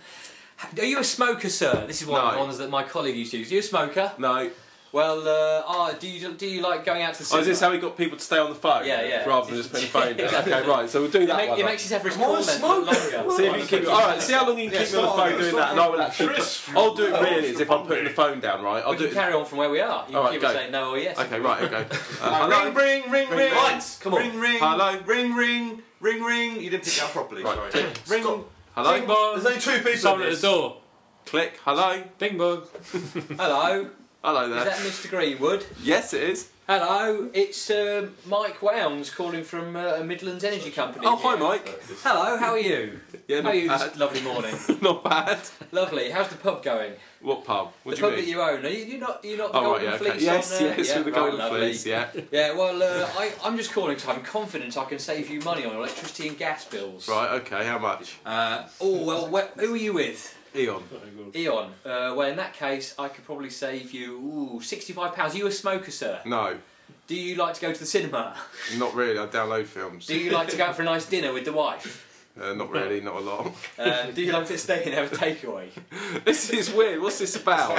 Speaker 3: are you a smoker, sir? This is one of the
Speaker 1: No.
Speaker 3: ones that my colleague used to use. Are you a smoker?
Speaker 1: No.
Speaker 3: Well, uh, ah, do you do you like going out to the
Speaker 1: Oh,
Speaker 3: cinema?
Speaker 1: is this how we got people to stay on the phone?
Speaker 3: Yeah, yeah.
Speaker 1: Rather than just putting the phone
Speaker 3: <laughs>
Speaker 1: down. Okay, right. So we'll do
Speaker 3: it,
Speaker 1: that
Speaker 3: make-
Speaker 1: one.
Speaker 3: it
Speaker 1: then.
Speaker 3: makes his average call length longer.
Speaker 1: See if you keep. All right. See how long you can keep me on the
Speaker 2: start-
Speaker 1: phone doing that, and I will actually. I'll do it really as if I'm putting the phone down, right? I'll
Speaker 3: We
Speaker 1: do
Speaker 3: can
Speaker 1: it.
Speaker 3: carry on from where we are. You
Speaker 1: All
Speaker 3: can
Speaker 1: right,
Speaker 3: keep
Speaker 1: go.
Speaker 3: saying no or yes.
Speaker 1: Okay, right. Okay.
Speaker 2: Uh,
Speaker 1: Uh,
Speaker 2: ring,
Speaker 1: hello.
Speaker 2: ring, ring, ring.
Speaker 1: Right,
Speaker 3: come on.
Speaker 2: Ring, ring.
Speaker 1: Hello.
Speaker 2: Ring, ring. Ring, ring. You didn't pick it up properly.
Speaker 1: Right.
Speaker 2: Sorry.
Speaker 1: tick.
Speaker 2: Ring.
Speaker 1: Hello.
Speaker 2: Ring, There's only two people.
Speaker 4: Someone
Speaker 2: in
Speaker 4: at
Speaker 2: this.
Speaker 4: the door.
Speaker 1: Click. Hello.
Speaker 4: Bing bong.
Speaker 3: Hello,
Speaker 1: Hello
Speaker 3: is
Speaker 1: there.
Speaker 3: that Mr. Greenwood?
Speaker 1: yes, it is.
Speaker 3: Hello, it's um Mike Wounds calling from uh, a Midlands Energy Company.
Speaker 1: Oh, hi,
Speaker 3: here.
Speaker 1: Mike.
Speaker 3: Hello, how are you?
Speaker 1: Yeah,
Speaker 3: how
Speaker 1: not
Speaker 3: are you
Speaker 1: bad. <laughs>
Speaker 3: this lovely morning?
Speaker 1: not bad.
Speaker 3: lovely. How's the pub going?
Speaker 1: What pub? What
Speaker 3: the
Speaker 1: do you
Speaker 3: pub
Speaker 1: mean?
Speaker 3: that you own. Are you you're not? You're not the
Speaker 1: Oh, right,
Speaker 3: Golden
Speaker 1: yeah, okay.
Speaker 3: Fleece?
Speaker 1: Yes,
Speaker 3: on there?
Speaker 1: yes,
Speaker 3: yeah,
Speaker 1: with the
Speaker 3: right,
Speaker 1: golden
Speaker 3: lovely.
Speaker 1: fleece, yeah.
Speaker 3: Yeah, well, uh, I, I'm just calling because I'm confident I can save you money on electricity and gas bills.
Speaker 1: Right, okay, how much?
Speaker 3: Uh, oh well, wh- who are you with?
Speaker 1: Eon.
Speaker 3: Eon. Uh, well, in that case, I could probably save you ooh, sixty-five pounds. Are you a smoker, sir?
Speaker 1: No,
Speaker 3: Do you like to go to the cinema?
Speaker 1: not really. I download films.
Speaker 3: Do you like to go out for a nice dinner with the wife?
Speaker 1: Uh, not really, not a lot.
Speaker 3: Um, do you like to stay and have a takeaway?
Speaker 1: this is weird. What's this
Speaker 3: <laughs>
Speaker 1: about?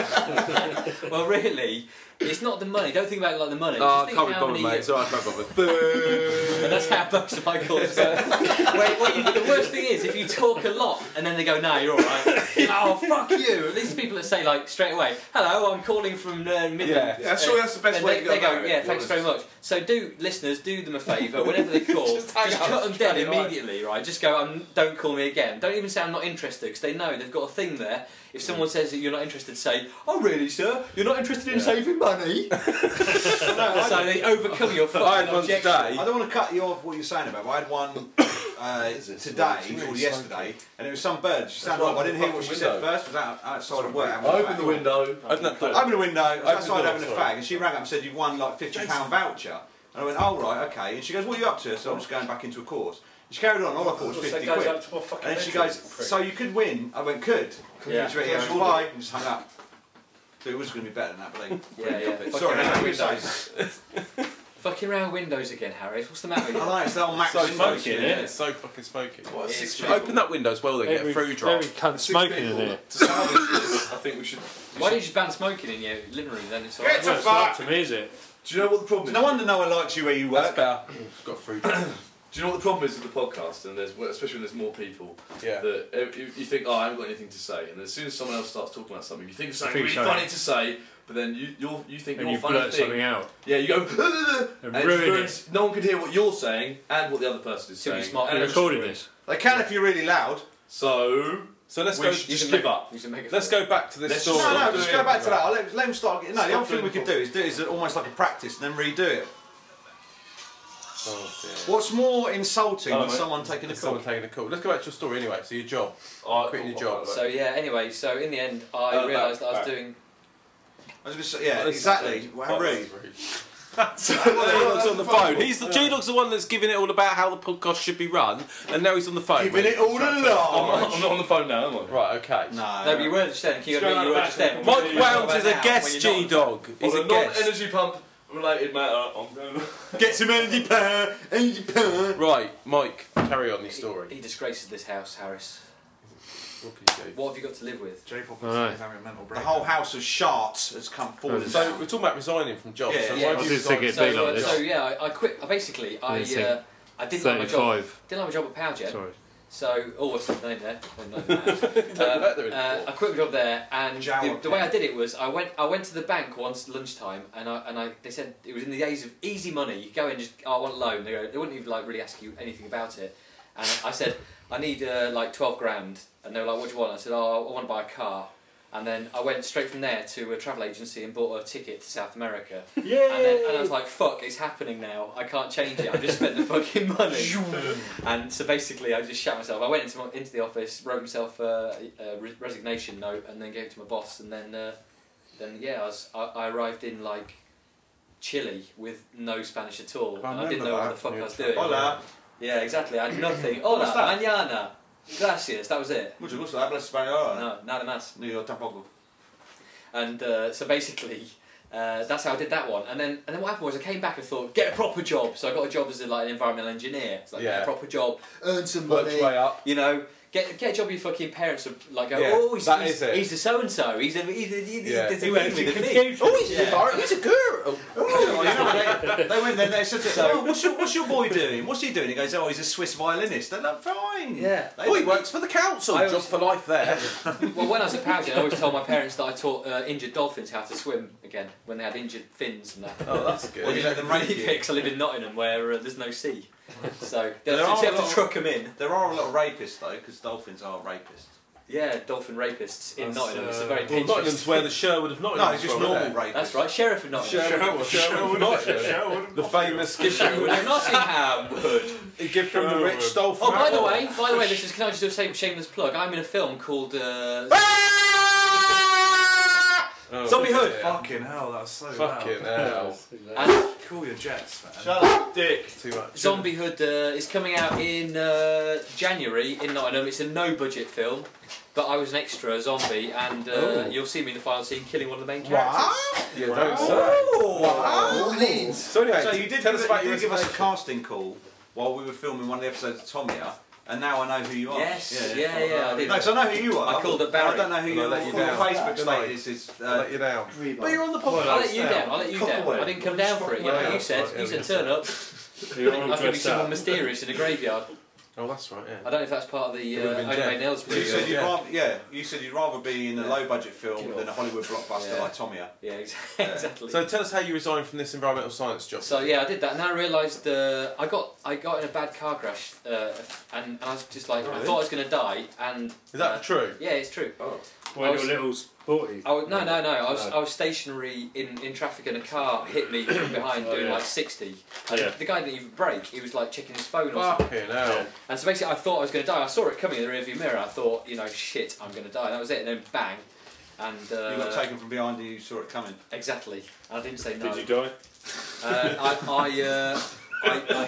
Speaker 3: Well, really, it's not the money. Don't think about it like the money.
Speaker 1: oh,
Speaker 3: Just
Speaker 1: I
Speaker 3: think
Speaker 1: can't be
Speaker 3: how
Speaker 1: bothered,
Speaker 3: many-
Speaker 1: mate. It's alright, I can't be bothered.
Speaker 3: And that's how most of my calls go. <laughs> Wait, what you, the worst thing is if you talk a lot and then they go, "No, you're all right." oh, fuck you! At least people that say like straight away, "Hello, I'm calling from uh, Midland."
Speaker 1: <laughs> Yeah.
Speaker 6: Yeah, sure, that's the best
Speaker 3: And
Speaker 6: way
Speaker 3: they,
Speaker 6: to go.
Speaker 3: they
Speaker 6: about
Speaker 3: go,
Speaker 6: it,
Speaker 3: yeah, thanks very much. So do listeners do them a favour whenever they call, just, cut them dead immediately, right? Just go, um, don't call me again. Don't even say I'm not interested because they know they've got a thing there. If someone says that you're not interested, say, oh really, sir? You're not interested in saving money? <laughs> so they overcome your
Speaker 1: I had
Speaker 3: fucking
Speaker 1: one
Speaker 3: objection.
Speaker 1: today.
Speaker 2: I don't want to cut you off what you're saying about, but I had one <coughs> uh, today or yesterday, and it was some bird. She sounded
Speaker 5: why
Speaker 2: up. I didn't hear what she said
Speaker 5: window.
Speaker 2: first. Was out, outside of work. having a
Speaker 5: I opened
Speaker 2: fag.
Speaker 5: the window.
Speaker 1: Open that door.
Speaker 2: Open the window. I was
Speaker 5: the
Speaker 2: outside
Speaker 5: door,
Speaker 2: having a
Speaker 5: sorry.
Speaker 2: fag, and she rang up and said you've won like fifty pound voucher. And I went, oh right, okay. And she goes, what are you up to? I said, I'm just going back into a course. And she carried on. All I thought was
Speaker 5: So
Speaker 2: fifty
Speaker 5: it goes
Speaker 2: quid.
Speaker 5: up to my fucking
Speaker 2: And then she
Speaker 5: bedroom,
Speaker 2: goes,
Speaker 5: prick.
Speaker 2: so you could win. I went, could.
Speaker 3: Yeah.
Speaker 2: She went, yeah, sure, bye. And just hung up. So it was going to be better than that, but
Speaker 3: Yeah, yeah.
Speaker 2: they.
Speaker 3: Fucking
Speaker 2: Sorry,
Speaker 3: round
Speaker 2: no, we
Speaker 3: windows.
Speaker 2: say.
Speaker 3: Fucking round windows again, Harry. What's the matter with
Speaker 2: I
Speaker 3: you?
Speaker 2: like it's the old Max
Speaker 1: So
Speaker 2: Windows,
Speaker 1: smoky,
Speaker 2: yeah.
Speaker 1: yeah. It's so fucking smoky.
Speaker 3: It's true.
Speaker 1: Open that window as well, then get a
Speaker 4: Every,
Speaker 1: through
Speaker 4: every
Speaker 1: drop.
Speaker 4: cunt smoking in here.
Speaker 5: To salvage this, I think we should.
Speaker 3: Why don't you just ban smoking in your living room then? It's all
Speaker 4: Well,
Speaker 3: right.
Speaker 4: it's not up to me, is it?
Speaker 5: Do you know what the problem is?
Speaker 2: No wonder no one likes you where you
Speaker 1: That's
Speaker 2: work.
Speaker 5: <clears throat>
Speaker 1: better. Got a through drop.
Speaker 5: <coughs> Do you know what the problem is with the podcast? And there's well, especially when there's more people.
Speaker 1: Yeah.
Speaker 5: That if- if you think, oh, I haven't got anything to say, and as soon as someone else starts talking about something, you think of something
Speaker 4: think
Speaker 5: really
Speaker 4: so.
Speaker 5: funny to say, but then you you're, you think
Speaker 4: And
Speaker 5: your
Speaker 4: you
Speaker 5: funny
Speaker 4: blurt
Speaker 5: thing.
Speaker 4: something out.
Speaker 5: Yeah, you go. <laughs> "Ugh, ugh, ugh,"
Speaker 4: And
Speaker 5: and it
Speaker 4: ruin it.
Speaker 5: ruins- No one can hear what you're saying and what the other person is
Speaker 3: Too
Speaker 5: saying.
Speaker 3: smart.
Speaker 5: and
Speaker 4: You're
Speaker 5: it's-
Speaker 4: recording this.
Speaker 2: They can if you're really loud.
Speaker 5: So
Speaker 1: So let's
Speaker 5: we
Speaker 1: go.
Speaker 5: should
Speaker 3: You
Speaker 5: just
Speaker 3: can
Speaker 5: give up.
Speaker 3: You should make it
Speaker 1: Let's go back to this
Speaker 5: Let's
Speaker 1: story.
Speaker 5: just-
Speaker 2: No, no,
Speaker 5: Stop
Speaker 2: just
Speaker 5: doing
Speaker 2: go back
Speaker 5: it.
Speaker 2: to that. I'll let, let him start. No, the
Speaker 5: Stop
Speaker 2: other thing
Speaker 5: doing
Speaker 2: we could do is do it as almost like a practice and then redo it.
Speaker 1: Oh, dear.
Speaker 2: What's more insulting
Speaker 1: Oh,
Speaker 2: than
Speaker 1: mate.
Speaker 2: someone taking a call?
Speaker 1: Someone taking a call. Let's go back to your story anyway. So your job,
Speaker 5: Oh,
Speaker 1: quitting your
Speaker 5: oh,
Speaker 1: job.
Speaker 3: So yeah. Anyway, so in the end, I
Speaker 5: Uh,
Speaker 3: realised that I was
Speaker 5: back, back.
Speaker 3: doing.
Speaker 2: I was going to say, yeah, exactly.
Speaker 5: uh,
Speaker 2: Wow, rude.
Speaker 1: <laughs> G-Dog's on the phone. He's the G-Dog's the one that's giving it all about how the podcast should be run, and now he's on the phone.
Speaker 2: Giving it all
Speaker 5: I'm
Speaker 2: along.
Speaker 5: not, I'm not on the phone now, am I?
Speaker 1: Right. Okay.
Speaker 2: Oh, No.
Speaker 3: No, but you were just then. Can you admit
Speaker 6: Straight
Speaker 3: you were
Speaker 6: out
Speaker 3: just
Speaker 6: the
Speaker 3: then?
Speaker 6: back.
Speaker 1: Mike Wells is a guest G-Dog. He's
Speaker 5: On
Speaker 1: a
Speaker 5: a
Speaker 1: guest.
Speaker 5: non-energy pump related matter, I'm going to...
Speaker 2: Get some energy power, energy power.
Speaker 1: Right, Mike. Carry on your story.
Speaker 3: He, he disgraces this house, Harris.
Speaker 1: What can you do?
Speaker 3: What have you got to live with?
Speaker 6: Jay Pop
Speaker 4: Alright.
Speaker 6: is having a mental
Speaker 2: The <laughs>
Speaker 6: break.
Speaker 2: whole house of sharts has come forward.
Speaker 1: So we're talking about resigning from jobs.
Speaker 2: Yeah,
Speaker 1: so
Speaker 3: yeah.
Speaker 1: why
Speaker 3: I
Speaker 1: have you
Speaker 4: did think
Speaker 1: resigned?
Speaker 4: It'd
Speaker 3: so,
Speaker 4: be like
Speaker 3: uh,
Speaker 4: this.
Speaker 3: so yeah, I, I quit. I basically, I
Speaker 4: Yeah, so
Speaker 3: uh, I didn't like my job.
Speaker 4: 35.
Speaker 3: Didn't like my job at Power Gen.
Speaker 4: Sorry.
Speaker 3: So, oh, what's the name there? Well, not that.
Speaker 1: Don't work there
Speaker 3: Um,
Speaker 1: anymore.
Speaker 3: uh, I quit my job there, and the,
Speaker 2: Jowl
Speaker 3: the way I did it was I went I went to the bank once lunchtime, and I and I they said it was in the days of easy money. You go in, just oh, I want a loan. They go, they wouldn't even like really ask you anything about it. And I said I need uh, like twelve grand, and they were like, what do you want? I said, oh, I want to buy a car. And then I went straight from there to a travel agency and bought a ticket to South America. And, then, and I was like, fuck, it's happening now. I can't change it. I just spent the <laughs> fucking money. and so basically, I just shut myself. I went into, my, into the office, wrote myself a, a re- resignation note, and then gave it to my boss. And then, uh, then yeah, I, was, I, I arrived in like Chile with no Spanish at all.
Speaker 7: I
Speaker 3: and I didn't
Speaker 7: remember
Speaker 3: know what
Speaker 7: that.
Speaker 3: the fuck I was
Speaker 1: Yeah.
Speaker 3: doing.
Speaker 2: Hola.
Speaker 3: Yeah, exactly. I had nothing. Hola,
Speaker 2: What's that?
Speaker 3: mañana. Gracias. That was it.
Speaker 2: Mucho gusto, hablas español.
Speaker 3: No, nada más.
Speaker 2: No, yo tampoco.
Speaker 3: And uh, so basically, uh, that's how I did that one. And then, and then what happened was I came back and thought, get a proper job. So I got a job as a, like an environmental engineer. It's like get
Speaker 1: Yeah.
Speaker 3: a proper job, earn some
Speaker 1: Worked
Speaker 3: money.
Speaker 1: your way up.
Speaker 3: You know, get get a job. Your fucking parents would like go,
Speaker 1: Yeah,
Speaker 3: oh, he's
Speaker 1: that
Speaker 3: he's,
Speaker 1: is it.
Speaker 3: he's a so and so. He's a he's a, he's
Speaker 1: Yeah.
Speaker 3: a, he's a
Speaker 1: He
Speaker 3: works with a thing."
Speaker 1: Oh, he's
Speaker 3: Yeah.
Speaker 1: a he's a girl.
Speaker 2: Oh, you know, <laughs> they, they went there, they said to him, oh, what's, your, what's your boy doing? What's he doing? He goes, oh, he's a Swiss violinist. They're like, fine.
Speaker 3: Yeah.
Speaker 2: They-
Speaker 1: Oh, he works for the council.
Speaker 3: I
Speaker 1: Job
Speaker 3: always-
Speaker 1: for life there.
Speaker 3: well, when I was a pageant, I always told my parents that I taught uh, injured dolphins how to swim again when they had injured fins and that. <laughs>
Speaker 1: Oh, that's
Speaker 2: Well,
Speaker 1: good.
Speaker 2: you let them rape you.
Speaker 3: Because I live in Nottingham where uh, there's no sea, so they
Speaker 2: There are
Speaker 3: have to,
Speaker 2: a
Speaker 3: you have
Speaker 2: lot-
Speaker 3: to truck them in.
Speaker 2: There are a lot of rapists, though, because dolphins are rapists.
Speaker 3: Yeah, dolphin rapists in
Speaker 4: That's,
Speaker 3: Nottingham. It's a very
Speaker 1: uh, Well,
Speaker 3: pinch.
Speaker 1: Nottingham's where the Sherwood of Nottingham
Speaker 2: No,
Speaker 1: is
Speaker 2: it's just
Speaker 1: from, isn't
Speaker 2: normal
Speaker 1: it?
Speaker 2: rapists.
Speaker 3: That's right, Sheriff of Nottingham.
Speaker 1: eh? Sherwood, Sherwood of Nottingham. The famous
Speaker 3: Sherwood
Speaker 1: Sherwood.
Speaker 3: of Nottingham.
Speaker 1: Give from the rich dolphin.
Speaker 3: Oh, by the way, by the way, this is can I just do a shame- shameless plug? I'm in a film called uh,
Speaker 1: Ah! Oh,
Speaker 2: Zombie Hood.
Speaker 1: yeah.
Speaker 6: Fucking hell, that was so
Speaker 1: Fucking hell.
Speaker 3: and
Speaker 6: Cool your jets, man.
Speaker 2: Shut up.
Speaker 1: Too much.
Speaker 3: Zombie Hood. Uh, is coming out in uh, January in Nottingham. It's a no-budget film, but I was an extra a zombie, and uh, you'll see me in the final scene killing one of the main characters.
Speaker 1: Yeah, don't say.
Speaker 2: Oh, Wow.
Speaker 1: So anyway,
Speaker 2: So you did,
Speaker 1: tell
Speaker 2: give,
Speaker 1: us
Speaker 2: us-
Speaker 1: about
Speaker 2: you
Speaker 1: your
Speaker 2: did give us a
Speaker 1: resignation.
Speaker 2: casting call while we were filming one of the episodes of Tom here, and now I know who you are.
Speaker 3: Yes, yeah, yeah, I did.
Speaker 2: No, 'cause I know who you are.
Speaker 3: I called up Barry.
Speaker 2: I don't know who
Speaker 1: And
Speaker 2: you
Speaker 1: I
Speaker 2: are.
Speaker 1: let you
Speaker 2: Your
Speaker 1: down.
Speaker 2: Facebook
Speaker 1: Didn't I?
Speaker 2: status is.
Speaker 1: I'll let
Speaker 2: Uh,
Speaker 1: you down.
Speaker 7: But
Speaker 2: on the
Speaker 3: I'll let you down. I'll let you
Speaker 7: Cock
Speaker 3: down.
Speaker 7: away.
Speaker 3: I didn't come down for it. You,
Speaker 1: Yeah,
Speaker 3: know, you
Speaker 1: that's
Speaker 3: said
Speaker 1: right,
Speaker 3: you
Speaker 1: yeah,
Speaker 3: said
Speaker 1: that's
Speaker 3: turn up.
Speaker 4: You're
Speaker 3: I'm
Speaker 4: all
Speaker 3: going to be
Speaker 4: dressed
Speaker 3: someone
Speaker 4: up.
Speaker 3: mysterious in a graveyard.
Speaker 1: Oh, that's right, yeah.
Speaker 3: I don't know if that's part of the uh,
Speaker 1: Would've been
Speaker 3: Only
Speaker 1: Jeff.
Speaker 3: Made in Ellsbury.
Speaker 2: you said you'd
Speaker 1: Yeah.
Speaker 2: rather, yeah, you said you'd rather be in a low budget film
Speaker 3: Get
Speaker 2: than a Hollywood blockbuster
Speaker 3: Yeah.
Speaker 2: like Tom here.
Speaker 3: Yeah, <laughs> exactly. exactly.
Speaker 1: So
Speaker 3: So,
Speaker 1: tell us how you resigned from this environmental science job.
Speaker 3: yeah, I did that, and I realised uh, I got I got in a bad car crash, uh, and, and I was just like, I
Speaker 1: Really?
Speaker 3: thought I was going to die, and
Speaker 1: Is that true?
Speaker 3: yeah, it's true.
Speaker 4: When you're little sporty.
Speaker 3: I
Speaker 5: Oh,
Speaker 3: was, no, no, no. I was
Speaker 4: No.
Speaker 3: I was stationary in, in traffic, and a car hit
Speaker 4: <coughs>
Speaker 3: me from behind
Speaker 4: Oh,
Speaker 3: doing
Speaker 4: yeah.
Speaker 3: like sixty. And
Speaker 4: Yeah. Ah.
Speaker 3: the guy didn't even brake. He was like checking his phone or something.
Speaker 1: Fucking hell.
Speaker 3: And so basically, I thought I was going to die. I saw it coming in the rearview mirror. I thought, you know, shit, I'm going to die. And that was it. And then bang, and uh,
Speaker 2: You got taken from behind and you saw it coming.
Speaker 3: exactly. And I didn't say no.
Speaker 4: Did you die?
Speaker 3: Uh, I, I, uh, I, I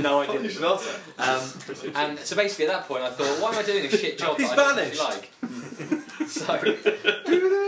Speaker 3: <laughs> no, I didn't.
Speaker 1: should answer.
Speaker 3: Um, and so basically, at that point, I thought, why am I doing a shit job?
Speaker 1: He's
Speaker 3: that I don't actually Like,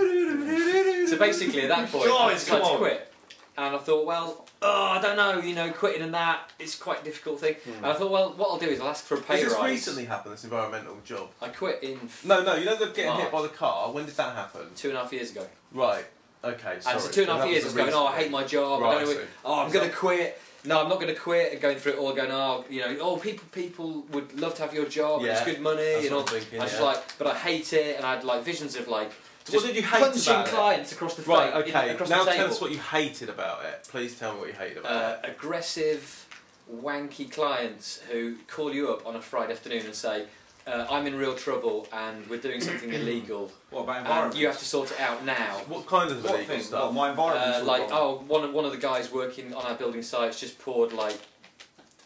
Speaker 3: so, so basically, at that point, I
Speaker 5: Guys,
Speaker 3: decided
Speaker 5: come
Speaker 3: to
Speaker 5: on.
Speaker 3: quit. And I thought, well, oh, I don't know, you know, quitting and that is quite a difficult thing. And I thought, well, what I'll do is I'll ask for a pay
Speaker 1: Has Hmm. this
Speaker 3: rise.
Speaker 1: recently happened, this environmental job?
Speaker 3: I quit in
Speaker 1: No, no, you know the getting
Speaker 3: March.
Speaker 1: hit by the car? When did that happen?
Speaker 3: two and a half years ago.
Speaker 1: Right, okay, sorry.
Speaker 3: And so two and a half
Speaker 1: that
Speaker 3: years
Speaker 1: was
Speaker 3: is
Speaker 1: the
Speaker 3: going, oh, I
Speaker 1: reason.
Speaker 3: hate my job.
Speaker 1: Right,
Speaker 3: I don't know
Speaker 1: I
Speaker 3: what-
Speaker 1: see.
Speaker 3: oh, I'm going to quit. No, I'm not going to quit. And going through it all, going, oh, you know, oh, people, people would love to have your job. and
Speaker 1: Yeah,
Speaker 3: it's good money.
Speaker 1: That's
Speaker 3: and
Speaker 1: what
Speaker 3: all.
Speaker 1: I'm thinking,
Speaker 3: I was just
Speaker 1: yeah.
Speaker 3: like, but I hate it. And I had like visions of like
Speaker 1: What
Speaker 3: just
Speaker 1: did you hate
Speaker 3: punching
Speaker 1: about it?
Speaker 3: clients across the
Speaker 1: Right,
Speaker 3: face, you know,
Speaker 1: okay,
Speaker 3: across
Speaker 1: now
Speaker 3: the
Speaker 1: tell
Speaker 3: table.
Speaker 1: us what you hated about it. Please tell me what you hated about
Speaker 3: uh,
Speaker 1: it.
Speaker 3: aggressive, wanky clients who call you up on a Friday afternoon and say, uh, I'm in real trouble and we're
Speaker 1: <clears throat>
Speaker 3: doing something illegal.
Speaker 2: What about
Speaker 3: and
Speaker 2: environment?
Speaker 3: you have to sort it out now.
Speaker 1: What kind of
Speaker 2: what
Speaker 1: illegal
Speaker 2: thing?
Speaker 1: stuff?
Speaker 2: What, my environment.
Speaker 3: oh, Uh, like oh, one of one of the guys working on our building sites just poured like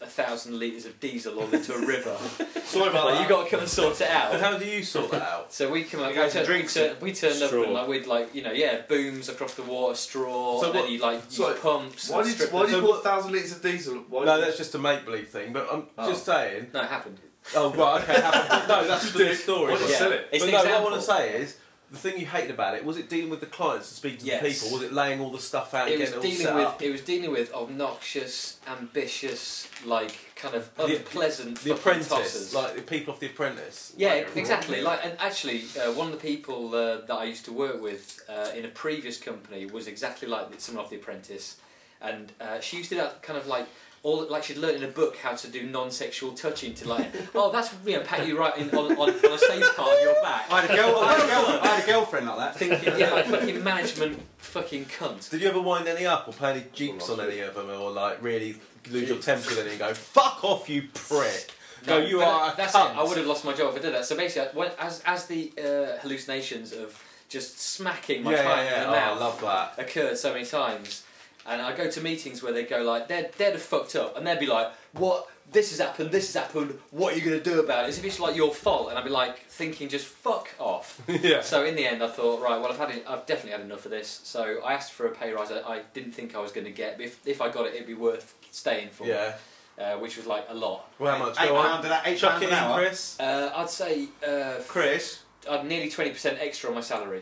Speaker 3: a thousand litres of diesel all into a river.
Speaker 1: <laughs> Sorry about
Speaker 3: like,
Speaker 1: that.
Speaker 3: you got to come and sort it
Speaker 1: And
Speaker 3: out.
Speaker 1: how do you sort that out?
Speaker 3: So we come up, we,
Speaker 2: guys
Speaker 3: turned, we,
Speaker 2: drinks
Speaker 3: turned, we turned up
Speaker 4: straw.
Speaker 3: and like, we'd like, you know, yeah, booms across the water, straw,
Speaker 1: So
Speaker 3: and
Speaker 1: what-
Speaker 3: then you like use
Speaker 1: sorry,
Speaker 3: pumps.
Speaker 6: Why
Speaker 3: and
Speaker 6: did
Speaker 3: strip
Speaker 6: why
Speaker 3: it.
Speaker 6: did you put thousand litres of diesel? Why
Speaker 1: No,
Speaker 6: did-
Speaker 1: that's just a make believe thing, but I'm
Speaker 3: Oh.
Speaker 1: just saying.
Speaker 3: No, it happened.
Speaker 1: Oh, right, okay. happened.
Speaker 3: <laughs>
Speaker 1: no, that's the story.
Speaker 6: What
Speaker 1: but-
Speaker 6: Well,
Speaker 3: yeah.
Speaker 6: sell it.
Speaker 3: It's
Speaker 1: but
Speaker 3: an
Speaker 1: no,
Speaker 3: example.
Speaker 1: what I want to say is the thing you hated about it was it dealing with the clients and speaking to
Speaker 3: Yes.
Speaker 1: the people. Was it laying all the stuff out
Speaker 3: it
Speaker 1: and
Speaker 3: was
Speaker 1: getting it all
Speaker 3: dealing
Speaker 1: set
Speaker 3: with
Speaker 1: up?
Speaker 3: it was dealing with obnoxious, ambitious, like kind of
Speaker 1: The-
Speaker 3: unpleasant
Speaker 1: The
Speaker 3: fucking
Speaker 1: Apprentice,
Speaker 3: tossers.
Speaker 1: like the people off The Apprentice.
Speaker 3: yeah,
Speaker 1: Like,
Speaker 3: exactly. Like, and actually, uh, one of the people uh, that I used to work with uh, in a previous company was exactly like someone off The Apprentice, and uh, she used to do that kind of like all like she'd learned in a book how to do non-sexual touching to
Speaker 1: <laughs>
Speaker 3: like, oh, that's you know, pat you right in, on, on, on a safe part of your back.
Speaker 2: I had a girl. I had a, girl, I had a girlfriend like that.
Speaker 3: Thinking, yeah, like fucking management, fucking cunt.
Speaker 1: Did you ever wind any up or play any jeeps on any of them or like really lose your temper with any and go, fuck off, you prick? Go, you
Speaker 3: but
Speaker 1: are a
Speaker 3: That's
Speaker 1: cunt.
Speaker 3: it. I would have lost my job if I did that. So basically, I, when, as as the uh, hallucinations of just smacking
Speaker 1: Yeah,
Speaker 3: my
Speaker 1: yeah,
Speaker 3: client
Speaker 1: yeah.
Speaker 3: in
Speaker 1: Oh,
Speaker 3: the
Speaker 1: I
Speaker 3: mouth
Speaker 1: love
Speaker 3: <laughs>
Speaker 1: that.
Speaker 3: occurred so many times, and I go to meetings where they go like, "They're they'd have fucked up," and they'd be like, "What? This has happened. This has happened. What are you gonna do about it?" As if it's like your fault, and I'd be like thinking, "Just fuck
Speaker 1: <laughs>
Speaker 3: off."
Speaker 1: yeah.
Speaker 3: So in the end, I thought, right, well, I've had, I've definitely had enough of this. So I asked for a pay rise. I, I didn't think I was going to get, but if, if I got it, it'd be worth staying for.
Speaker 1: Yeah.
Speaker 3: Uh, which was like a lot.
Speaker 1: Well, how much?
Speaker 2: Eight
Speaker 1: Go on.
Speaker 2: pound an hour. Eight
Speaker 1: Chuck
Speaker 2: pound
Speaker 1: it
Speaker 2: an
Speaker 1: in,
Speaker 2: hour.
Speaker 1: Chris.
Speaker 3: Uh, I'd say uh,
Speaker 2: Chris.
Speaker 3: I'd nearly twenty percent extra on my salary.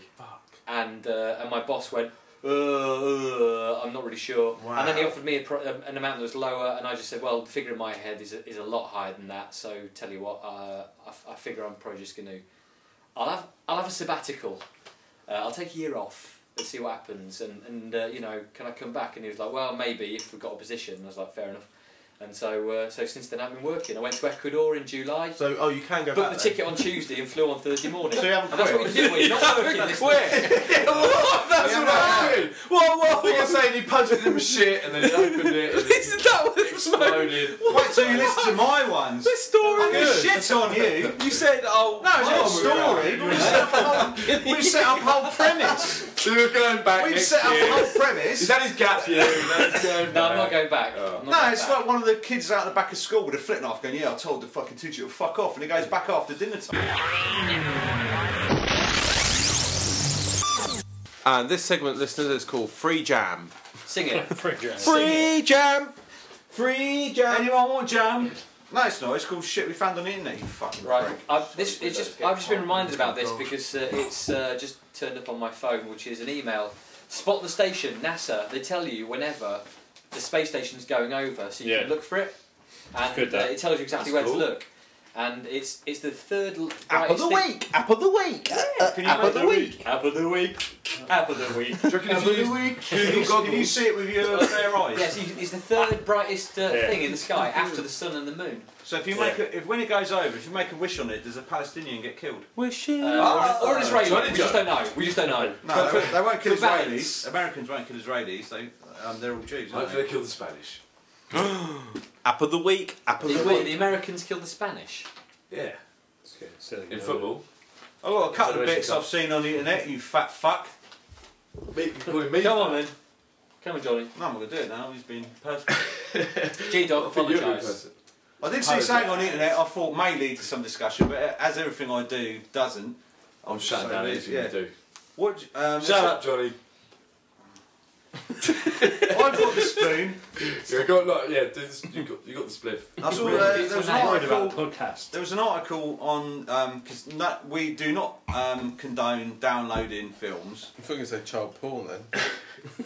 Speaker 3: And uh, and my boss went, uh, uh, I'm not really sure. And then he
Speaker 2: Wow.
Speaker 3: offered me a pro- um, an amount that was lower, and I just said, well, the figure in my head is a, is a lot higher than that. So tell you what, uh, I, f- I figure I'm probably just gonna, I'll have I'll have a sabbatical. Uh, I'll take a year off and see what happens. And and uh, you know, can I come back? And he was like, well, maybe if we've got a position. And I was like, fair enough. And so uh, so since then I've been working. I went to Ecuador in July.
Speaker 1: So, oh, you can go
Speaker 3: Booked
Speaker 1: back.
Speaker 3: the
Speaker 1: then.
Speaker 3: ticket on Tuesday and flew on Thursday morning.
Speaker 2: So you haven't
Speaker 3: and that's what you do when you're not working this week.
Speaker 6: That's what I
Speaker 5: <laughs>
Speaker 6: mean.
Speaker 1: Whoa, whoa,
Speaker 6: What you're saying? You punched him with shit and then you opened it and it
Speaker 1: Isn't that what it's like?
Speaker 6: exploded.
Speaker 2: Wait till you listen to my ones.
Speaker 1: This story
Speaker 2: I'm gonna
Speaker 1: good.
Speaker 2: shit on you.
Speaker 1: You said, oh, no,
Speaker 2: It's not a story. We've set up a whole- we've <laughs> set up a whole premise.
Speaker 6: So you're going back.
Speaker 2: We've
Speaker 6: next
Speaker 2: set up
Speaker 6: year.
Speaker 2: a whole premise.
Speaker 6: Is that his gap
Speaker 2: <laughs>
Speaker 6: year? That's going
Speaker 3: No, I'm
Speaker 6: back.
Speaker 3: not going back. I'm not
Speaker 2: No,
Speaker 3: going
Speaker 2: it's
Speaker 3: back.
Speaker 2: like one of the kids out the back of school with a flip knife going, Yeah, I told the fucking teacher to fuck off, and he goes back after dinner time.
Speaker 1: <laughs> And this segment, listeners, is called Free Jam.
Speaker 3: Sing
Speaker 4: <laughs>
Speaker 3: it.
Speaker 1: Free Jam! Free Jam!
Speaker 2: Anyone want jam? No, it's not. It's called shit we found on the internet, you fucking
Speaker 3: Right,
Speaker 2: prick.
Speaker 3: I've, this, it's just, I've just been reminded about this because uh, it's uh, just turned up on my phone, which is an email. Spot the station, NASA. They tell you whenever the space station's going over, so you
Speaker 4: Yeah.
Speaker 3: can look for it. And
Speaker 4: good,
Speaker 3: uh,
Speaker 4: that.
Speaker 3: it tells you exactly
Speaker 2: That's
Speaker 3: where
Speaker 2: cool.
Speaker 3: to look. And it's it's the third l-
Speaker 8: App of
Speaker 3: brightest
Speaker 8: the
Speaker 3: thing-
Speaker 8: week. App of the week. Uh,
Speaker 2: Ah,
Speaker 3: Can you
Speaker 8: app of
Speaker 3: make
Speaker 8: the week.
Speaker 3: App of the week. App of the week.
Speaker 6: Do you reckon if you use
Speaker 2: Can you,
Speaker 6: Google
Speaker 2: can you
Speaker 6: goggles?
Speaker 2: see it with <laughs> your bare eyes?
Speaker 3: <laughs> yes, it's it's the third brightest uh,
Speaker 4: Yeah.
Speaker 3: thing in the sky after the sun and the moon.
Speaker 2: So if you make a, if when it goes over, if you make a wish on it, does a Palestinian get killed?
Speaker 3: Uh,
Speaker 2: Ah,
Speaker 3: or, or
Speaker 2: ah,
Speaker 3: an Israeli.
Speaker 6: Johnny
Speaker 3: We just don't know. We just don't know.
Speaker 2: No, they, won't- they won't kill
Speaker 3: for balance.
Speaker 2: Israelis. Americans won't kill Israelis. They um, they're all Jews. Aren't
Speaker 5: Hopefully
Speaker 2: they?
Speaker 5: they kill the Spanish.
Speaker 1: App of the week, app of
Speaker 3: The,
Speaker 1: the
Speaker 3: what,
Speaker 1: week.
Speaker 3: the Americans killed the Spanish.
Speaker 5: Yeah. In football.
Speaker 2: Oh, a couple of
Speaker 5: Federation
Speaker 2: bits
Speaker 5: Cup.
Speaker 2: I've seen on the internet. You fat fuck.
Speaker 5: Me, calling me.
Speaker 3: Come on, then. Come on, Johnny.
Speaker 2: No, I'm not gonna do it now. He's been personal.
Speaker 3: G Dog,
Speaker 5: You're a good
Speaker 3: apologise.
Speaker 5: person.
Speaker 2: <laughs> I did see something on the internet. I thought may lead to some discussion, but as everything I do doesn't,
Speaker 5: I'm shutting
Speaker 2: So
Speaker 5: down
Speaker 2: it is,
Speaker 5: anything you
Speaker 2: yeah.
Speaker 5: do.
Speaker 2: what? d- Um,
Speaker 5: Shut up, Johnny.
Speaker 2: I got the spoon.
Speaker 5: You got like yeah. do this- You got you got the spliff.
Speaker 2: I saw uh, there was an article.
Speaker 4: podcast.
Speaker 2: There was an article on because no, we do not um, condone downloading films.
Speaker 1: I'm thinking say child porn then.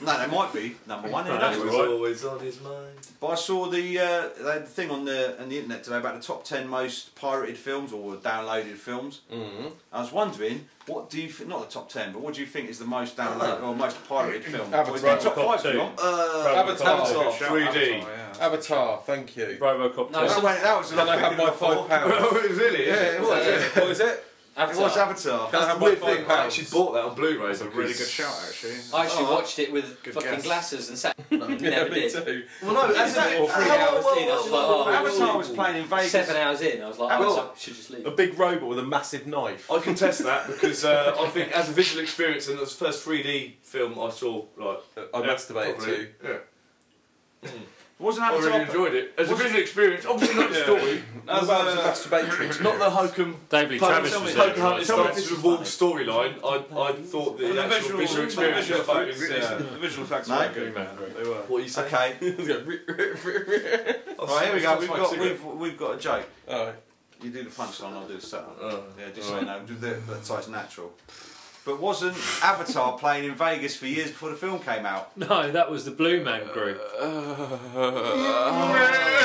Speaker 2: No, they might be number one.
Speaker 5: <laughs>
Speaker 2: who knows?
Speaker 5: It was always on his mind.
Speaker 2: But I saw the uh, they had the thing on the on the internet today about the top ten most pirated films or downloaded films.
Speaker 1: Mm.
Speaker 2: I was wondering, what do you think? Not the top ten, but what do you think is the most downloaded or most pirated film?
Speaker 1: Avatar.
Speaker 2: Well, it's been top
Speaker 4: Robocop
Speaker 2: five. if you
Speaker 4: two.
Speaker 2: want.
Speaker 1: Avatar.
Speaker 2: Avatar.
Speaker 5: 3D.
Speaker 6: Oh, yeah.
Speaker 1: Avatar, thank you.
Speaker 4: Robocop.
Speaker 3: No,
Speaker 2: That
Speaker 3: some-
Speaker 2: went- Oh, that was
Speaker 1: Can I have my five
Speaker 5: <laughs>
Speaker 1: pounds?
Speaker 5: Oh, really?
Speaker 2: Yeah, it was. yeah.
Speaker 1: What is it?
Speaker 2: It
Speaker 3: Avatar.
Speaker 2: was Avatar.
Speaker 1: Can I
Speaker 5: That's
Speaker 1: have
Speaker 5: the
Speaker 1: my
Speaker 5: weird thing.
Speaker 1: five
Speaker 5: I actually
Speaker 1: pounds?
Speaker 5: bought that on Blu-ray.
Speaker 6: That's a really good shout, actually.
Speaker 3: I actually
Speaker 2: Oh,
Speaker 3: watched it with
Speaker 6: good
Speaker 3: fucking
Speaker 6: guess.
Speaker 3: glasses and sat.
Speaker 1: Yeah,
Speaker 3: Never
Speaker 1: me
Speaker 3: did.
Speaker 1: too.
Speaker 2: Well, no, that's
Speaker 3: Three
Speaker 2: it.
Speaker 3: hours in, I was like, oh,
Speaker 2: Avatar was playing in Vegas.
Speaker 3: Seven hours in, I was like,
Speaker 2: Avatar.
Speaker 3: I should just leave.
Speaker 1: A big robot with a massive knife.
Speaker 5: I can test that because uh, I think as a visual experience, and it was the first 3D film I saw like
Speaker 1: I
Speaker 5: yeah,
Speaker 1: masturbated
Speaker 5: properly.
Speaker 1: too.
Speaker 5: Yeah.
Speaker 2: What
Speaker 6: Wasn't
Speaker 5: I
Speaker 6: happy
Speaker 5: really
Speaker 6: to
Speaker 5: enjoyed it. As a visual experience, obviously not the story.
Speaker 1: What
Speaker 2: uh,
Speaker 1: about the masturbatrix?
Speaker 5: Not the Hokum
Speaker 4: David Lee Travis was there.
Speaker 5: Hokum Hunt starts with a warm storyline. I, I thought the,
Speaker 7: The
Speaker 5: actual visual
Speaker 7: visual, the
Speaker 5: experience
Speaker 7: visual
Speaker 5: was fucking
Speaker 7: effects, yeah. the visual effects
Speaker 2: No.
Speaker 7: were good. They were.
Speaker 5: What are you saying?
Speaker 2: <laughs> Okay.
Speaker 7: All
Speaker 2: Right, here we go. We've got, we've, we've got a joke.
Speaker 1: Oh,
Speaker 2: You do the punchline, I'll do the setup.
Speaker 5: Oh.
Speaker 2: yeah, just so you know, do the, that's so it's natural. But wasn't Avatar playing in Vegas for years before the film came
Speaker 5: <laughs>
Speaker 2: out?
Speaker 4: No, that was the Blue Man Group.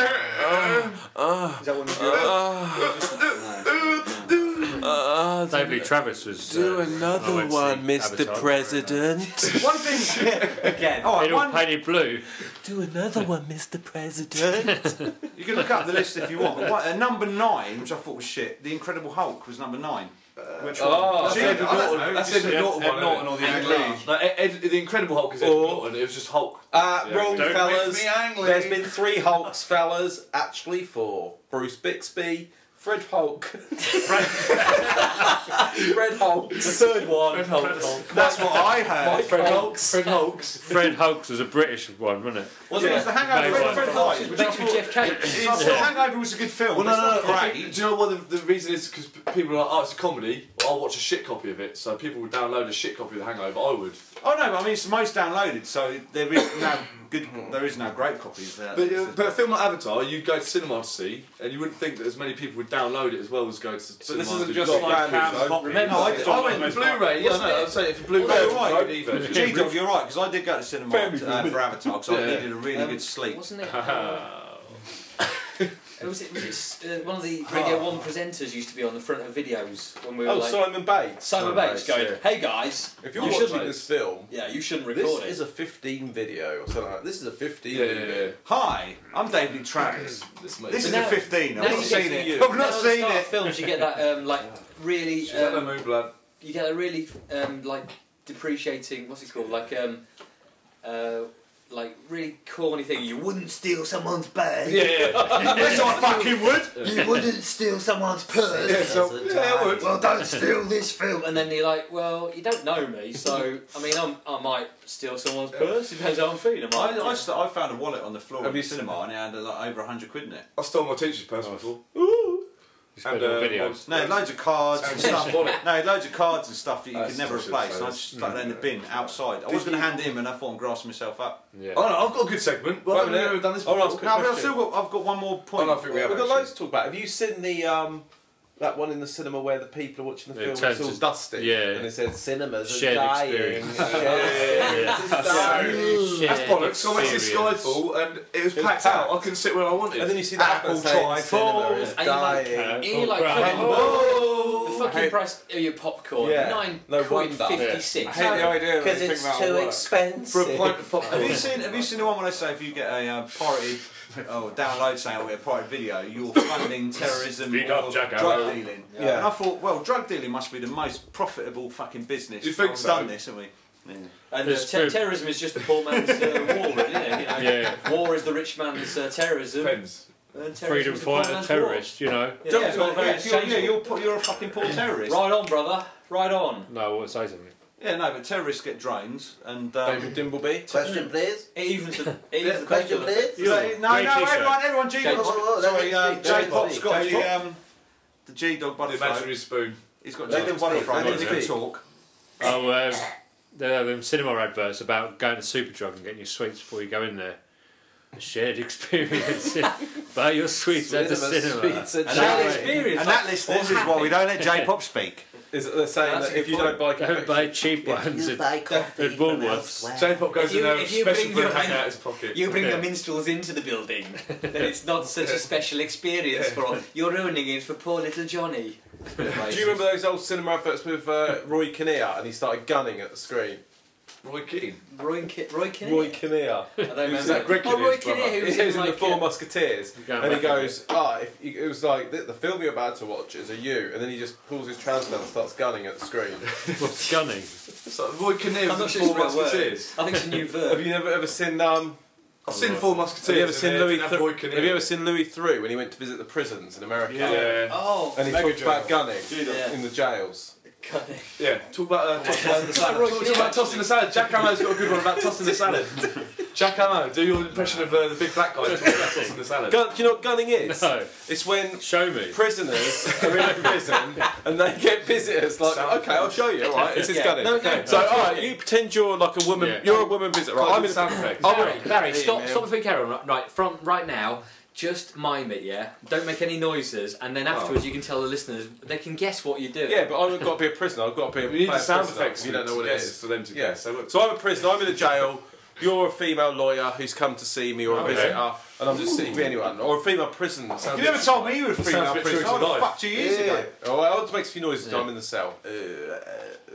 Speaker 2: Is that one of your
Speaker 4: David Lee Travis was.
Speaker 8: Do
Speaker 4: uh, I
Speaker 8: another
Speaker 4: went to
Speaker 8: one,
Speaker 4: see
Speaker 8: Mr.
Speaker 4: Avatar.
Speaker 8: President.
Speaker 2: One thing <laughs> again. All
Speaker 4: They
Speaker 2: right,
Speaker 4: all
Speaker 2: one,
Speaker 4: painted blue.
Speaker 8: Do another one, Mr. President.
Speaker 2: you can look up the list if you want. But what, uh, number nine, which I thought was shit, The Incredible Hulk was number nine. Which
Speaker 5: Oh,
Speaker 2: Gee,
Speaker 5: that's Edward
Speaker 2: I don't know,
Speaker 5: Norton. That's
Speaker 2: just
Speaker 5: Edward
Speaker 2: Ed-
Speaker 5: Norton
Speaker 2: Ed
Speaker 5: one.
Speaker 2: Norton
Speaker 5: isn't
Speaker 2: or the
Speaker 5: it?
Speaker 2: Ang Lee.
Speaker 5: No, Ed, Ed, the Incredible Hulk is Edward
Speaker 1: Or-
Speaker 5: Norton. It was just Hulk.
Speaker 1: Uh,
Speaker 5: Yeah,
Speaker 1: wrong,
Speaker 5: don't
Speaker 1: fellas.
Speaker 6: me, Ang Lee.
Speaker 1: There's been three Hulks, fellas. Actually, four. Bruce Bixby, Fred Hulk. <laughs> Fred Hulk.
Speaker 5: Third one. Fred Hulk.
Speaker 2: That's what I heard.
Speaker 1: Fred Hulks.
Speaker 5: Fred Hulks.
Speaker 4: Fred Hulks was a British one, wasn't it?
Speaker 2: Wasn't it? It was The Hangover.
Speaker 4: Very
Speaker 2: Fred- Fred
Speaker 4: well.
Speaker 2: Hulk.
Speaker 3: It's mixed with Jeff Cake.
Speaker 2: So I thought Hangover was a good film.
Speaker 5: Well,
Speaker 2: but
Speaker 5: no, no,
Speaker 2: it's
Speaker 5: no.
Speaker 2: not
Speaker 5: I
Speaker 2: great.
Speaker 5: think- Do you know what the, the reason is? Because people are like, oh, it's a comedy. Well, I'll watch a shit copy of it. So people would download a shit copy of The Hangover. I would.
Speaker 2: Oh no, but I mean it's the most downloaded, so there is no good. There is no great copies there.
Speaker 5: But, uh, but a film like Avatar, you'd go to cinema to see, and you wouldn't think that as many people would download it as well as go to
Speaker 7: But
Speaker 5: cinema.
Speaker 7: this isn't
Speaker 5: to
Speaker 7: just
Speaker 5: go.
Speaker 7: like Cam's copy.
Speaker 5: Remember, I, I went
Speaker 7: Most part.
Speaker 4: <laughs>
Speaker 5: Blu-ray. Yeah, no, I'm saying if Blu-ray,
Speaker 2: Well,
Speaker 5: right.
Speaker 2: right.
Speaker 5: DVD version.
Speaker 2: G Dog, you're right because I did go to cinema uh, for Avatar, so I
Speaker 5: Yeah.
Speaker 2: needed a really good sleep.
Speaker 3: <laughs> Wasn't it? was it, was it uh, one of the Radio 1 presenters used to be on the front of videos when we were
Speaker 1: Oh,
Speaker 3: like,
Speaker 1: Simon Bates. Simon
Speaker 3: Simon Bates going, hey guys,
Speaker 1: If you're
Speaker 3: you
Speaker 1: watching
Speaker 3: shouldn't,
Speaker 1: this film,
Speaker 3: yeah, you shouldn't record
Speaker 1: this
Speaker 3: it.
Speaker 1: is a 15 video or something like that. This is a 15
Speaker 5: Yeah, yeah,
Speaker 1: video.
Speaker 5: yeah.
Speaker 2: Hi, I'm David Lee Travis.
Speaker 5: <clears throat> This,
Speaker 2: This is
Speaker 3: now-
Speaker 2: a 15. I've
Speaker 3: now
Speaker 2: not
Speaker 3: you get
Speaker 2: seen
Speaker 3: to
Speaker 2: it. <laughs>
Speaker 1: you.
Speaker 2: I've
Speaker 3: You
Speaker 2: not
Speaker 3: know, at the
Speaker 2: seen
Speaker 3: start of
Speaker 2: it.
Speaker 3: films, you get that um, like really,
Speaker 5: She's um,
Speaker 3: um,
Speaker 5: Moonblood.
Speaker 3: you get a really um, like depreciating. What's it called? Like um, uh, like really corny thing. You wouldn't steal someone's bag.
Speaker 5: Yeah, yeah.
Speaker 2: <laughs> Yes, I
Speaker 5: <laughs>
Speaker 2: fucking would.
Speaker 3: You wouldn't steal someone's purse.
Speaker 2: Yeah, so, yeah, I would.
Speaker 3: Well, don't steal this film. And then you're like, well, you don't know me, so I mean, I'm, I might steal someone's purse. Depends how I'm feeling. I
Speaker 2: I, I, st- I found a wallet on the floor
Speaker 5: Have
Speaker 2: in the
Speaker 5: you-
Speaker 2: cinema and it had uh, like, over 100 quid in it.
Speaker 5: I stole my teacher's
Speaker 1: Oh,
Speaker 5: purse before. uh,
Speaker 4: You spent
Speaker 5: um,
Speaker 4: on videos.
Speaker 2: No, it had loads of cards and stuff. No, it had loads of cards and stuff that you
Speaker 5: That's
Speaker 2: could never
Speaker 5: what I
Speaker 2: replace.
Speaker 5: should say.
Speaker 2: And I just stuck that
Speaker 5: Mm.
Speaker 2: in the bin outside. I was going to hand it in, but I thought I'm grassing myself up.
Speaker 4: Yeah.
Speaker 5: Oh no, I've got a good segment. Well,
Speaker 1: Wait a
Speaker 5: I've
Speaker 1: minute.
Speaker 5: never done this
Speaker 1: I'll
Speaker 5: before.
Speaker 1: ask a
Speaker 2: No, but I've
Speaker 1: question.
Speaker 2: still got. I've got one more point.
Speaker 5: Oh, no, I think we have
Speaker 1: We've got
Speaker 5: actually.
Speaker 1: loads to talk about. Have you seen the um, that one in the cinema where the people are watching the
Speaker 4: Yeah,
Speaker 1: film
Speaker 4: it
Speaker 1: and it's
Speaker 4: turns
Speaker 1: all
Speaker 4: to-
Speaker 1: dusty?
Speaker 4: yeah.
Speaker 1: And it says cinemas
Speaker 4: Shared
Speaker 1: are dying. <laughs>
Speaker 4: experience.
Speaker 1: Shared experience is dying.
Speaker 5: That's bollocks. So I went to see
Speaker 4: Experience.
Speaker 5: Skyfall and it was
Speaker 1: was
Speaker 5: packed
Speaker 1: packed.
Speaker 5: out. I couldn't sit where I wanted.
Speaker 1: And then you see the apple
Speaker 2: Apple
Speaker 1: saying cinema
Speaker 2: trifle.
Speaker 1: is
Speaker 3: And you're like,
Speaker 1: dying.
Speaker 3: And you're like,
Speaker 4: Oh, crap.
Speaker 3: oh, the fucking
Speaker 7: Hey.
Speaker 3: price of your popcorn,
Speaker 1: Yeah.
Speaker 3: nine
Speaker 1: No
Speaker 3: quid
Speaker 1: wonder.
Speaker 3: fifty
Speaker 7: I
Speaker 3: six.
Speaker 7: hate the idea that
Speaker 8: Because
Speaker 7: they think
Speaker 8: it's
Speaker 7: that'll
Speaker 8: too
Speaker 7: work.
Speaker 8: expensive.
Speaker 5: for a pint of popcorn.
Speaker 2: Have you seen? Have you seen the one when I say if you get a uh, pirated oh, download sale with a pirated video, you're funding terrorism
Speaker 4: Speak
Speaker 2: or
Speaker 4: up, Jacko.
Speaker 2: drug dealing?
Speaker 1: Yeah.
Speaker 2: And I thought, well, drug dealing must be the most profitable fucking business.
Speaker 5: You think
Speaker 2: We've
Speaker 5: so?
Speaker 2: done this, haven't we?
Speaker 3: And uh,
Speaker 4: It's
Speaker 3: ter-
Speaker 4: true.
Speaker 3: terrorism is just the poor man's uh, war, really, isn't it? You know?
Speaker 4: Yeah.
Speaker 3: War is the rich man's uh, terrorism.
Speaker 5: Depends.
Speaker 3: And terrorism
Speaker 4: Freedom
Speaker 3: is the poor
Speaker 4: fighter,
Speaker 3: man's
Speaker 4: terrorist, you know.
Speaker 3: war. Yeah,
Speaker 2: Yeah,
Speaker 3: it's all
Speaker 2: yeah,
Speaker 3: very
Speaker 2: if you're, yeah,
Speaker 3: exchangeable.
Speaker 2: you're, po- you're a fucking poor terrorist.
Speaker 3: Right on, brother. Right on.
Speaker 4: No, what say something?
Speaker 2: Yeah, no, but terrorists get drones and. Um,
Speaker 1: David Dimbleby.
Speaker 8: Question, please.
Speaker 3: It even to, it even to
Speaker 8: Question,
Speaker 3: question.
Speaker 8: please.
Speaker 2: so- no, no,
Speaker 4: Great t-shirt.
Speaker 2: everyone, everyone, G
Speaker 3: Jake-
Speaker 2: Dog's
Speaker 8: Oh, oh, let
Speaker 2: sorry,
Speaker 8: me
Speaker 2: um,
Speaker 8: speak, let
Speaker 2: J
Speaker 8: me
Speaker 2: Pop's
Speaker 8: speak,
Speaker 2: got
Speaker 8: J
Speaker 2: the, um, the G Dog
Speaker 5: The
Speaker 2: butterfly.
Speaker 5: imaginary spoon.
Speaker 2: He's got
Speaker 8: Let
Speaker 2: J
Speaker 8: them
Speaker 2: Dog
Speaker 8: speak,
Speaker 2: butterfly.
Speaker 8: let
Speaker 2: and
Speaker 8: them
Speaker 2: He can
Speaker 8: speak.
Speaker 2: talk.
Speaker 4: Oh, um, there are them cinema adverts about going to Superdrug and getting your sweets before you go in there. A shared <laughs> experience. Buy your sweets at the cinema.
Speaker 1: Sweets and
Speaker 2: And
Speaker 1: chai.
Speaker 2: that,
Speaker 3: experience,
Speaker 2: and
Speaker 3: like,
Speaker 2: that list, this is why we don't let J-pop speak.
Speaker 1: Is it the saying
Speaker 3: That's
Speaker 1: that
Speaker 3: a
Speaker 1: if you
Speaker 3: good
Speaker 1: don't buy
Speaker 4: Don't
Speaker 1: confection,
Speaker 4: buy cheap ones.
Speaker 8: You
Speaker 4: at-
Speaker 8: buy coffee
Speaker 4: at
Speaker 8: from
Speaker 4: Woolworths.
Speaker 8: elsewhere.
Speaker 5: Jane Pop goes
Speaker 3: If you-
Speaker 5: in there,
Speaker 3: if you
Speaker 5: special
Speaker 3: bring
Speaker 5: bread
Speaker 3: your
Speaker 5: hanging
Speaker 3: hand-
Speaker 5: out of his pocket.
Speaker 3: You bring
Speaker 4: Yeah.
Speaker 3: the minstrels into the building, then it's not such a special experience
Speaker 1: <laughs>
Speaker 3: for you're ruining it for poor little Johnny.
Speaker 1: Do you remember those old cinema adverts with uh, Roy Kinnear and he started gunning at the screen?
Speaker 5: Roy Keane.
Speaker 3: Roy, Ki- Roy Kinnear.
Speaker 1: Roy Kinnear.
Speaker 3: I don't remember.
Speaker 1: Is that Greg
Speaker 3: oh, Roy
Speaker 1: Kinnear's
Speaker 3: Kinnear,
Speaker 1: brother?
Speaker 3: who
Speaker 1: He
Speaker 3: was
Speaker 1: was in
Speaker 3: like,
Speaker 1: the Four Musketeers,
Speaker 4: Going
Speaker 1: and he
Speaker 4: back a
Speaker 1: goes, "Ah, if you, it was like the, the film you're about to watch is a you," and then he just pulls his trousers down and starts gunning at the <laughs> screen.
Speaker 4: What's gunning?
Speaker 5: It's like Roy Kinnear
Speaker 3: I'm not
Speaker 5: was
Speaker 3: sure
Speaker 5: in
Speaker 3: it's
Speaker 5: Four
Speaker 3: a real word.
Speaker 5: Musketeers.
Speaker 3: I think it's a new
Speaker 1: have
Speaker 3: verb.
Speaker 1: you never ever seen um?
Speaker 5: I've seen Four Musketeers.
Speaker 1: Have you ever
Speaker 5: and
Speaker 1: seen
Speaker 5: they
Speaker 1: Louis?
Speaker 5: didn't have
Speaker 1: Thru-
Speaker 5: Roy
Speaker 1: have
Speaker 5: Kinnear.
Speaker 1: you ever seen Louis Through when he went to visit the prisons in America?
Speaker 5: Yeah.
Speaker 3: Oh,
Speaker 1: And he talked about gunning
Speaker 3: Yeah.
Speaker 1: in the jails.
Speaker 3: cunning.
Speaker 5: Yeah. Talk about uh, tossing the salad.
Speaker 3: Roy
Speaker 5: Talk
Speaker 3: Kinnear,
Speaker 5: <laughs> about tossing the salad. Jack Hammer's got a good one about tossing the salad. Jack Ammo, do your impression of uh, the big black guy talking about tossing the salad.
Speaker 1: Gun, do you know what gunning is?
Speaker 4: No.
Speaker 1: <laughs> It's when
Speaker 4: Show me.
Speaker 1: prisoners <laughs> are in prison and they get visitors. Like,
Speaker 5: Sounds
Speaker 1: okay, I'll show you. All right, this is
Speaker 3: Yeah.
Speaker 1: gunning.
Speaker 3: No, no,
Speaker 1: so, all right, you pretend you're like a woman.
Speaker 4: Yeah.
Speaker 1: You're a woman visitor. Right, I'm in.
Speaker 5: sound effect.
Speaker 1: I'm
Speaker 3: Barry,
Speaker 1: in-
Speaker 3: Barry,
Speaker 1: Hey,
Speaker 3: stop,
Speaker 1: man.
Speaker 3: stop before you carry on. Right, Right, from right now, just mime it, yeah. Don't make any noises, and then afterwards you can tell the listeners they can guess what you do.
Speaker 1: Yeah, but I've got to be a prisoner. I've got to be a
Speaker 5: We need
Speaker 1: play
Speaker 5: the
Speaker 1: a
Speaker 5: sound
Speaker 1: prisoner.
Speaker 5: effects.
Speaker 1: You don't know what it
Speaker 5: yes,
Speaker 1: is.
Speaker 5: for them to
Speaker 1: Yeah.
Speaker 5: guess. So look,
Speaker 1: So I'm a prisoner. I'm in a jail. You're a female lawyer who's come to see me or a
Speaker 4: Okay.
Speaker 1: visitor, and I'm just seeing anyone or a female prisoner.
Speaker 5: sounds
Speaker 2: You never told me you were a
Speaker 5: Sounds a
Speaker 2: female
Speaker 5: bit
Speaker 2: prisoner.
Speaker 5: true to
Speaker 2: I would've
Speaker 5: life.
Speaker 2: fucked you years ago.
Speaker 1: Oh, well, it always makes a few noises. when I'm in the cell.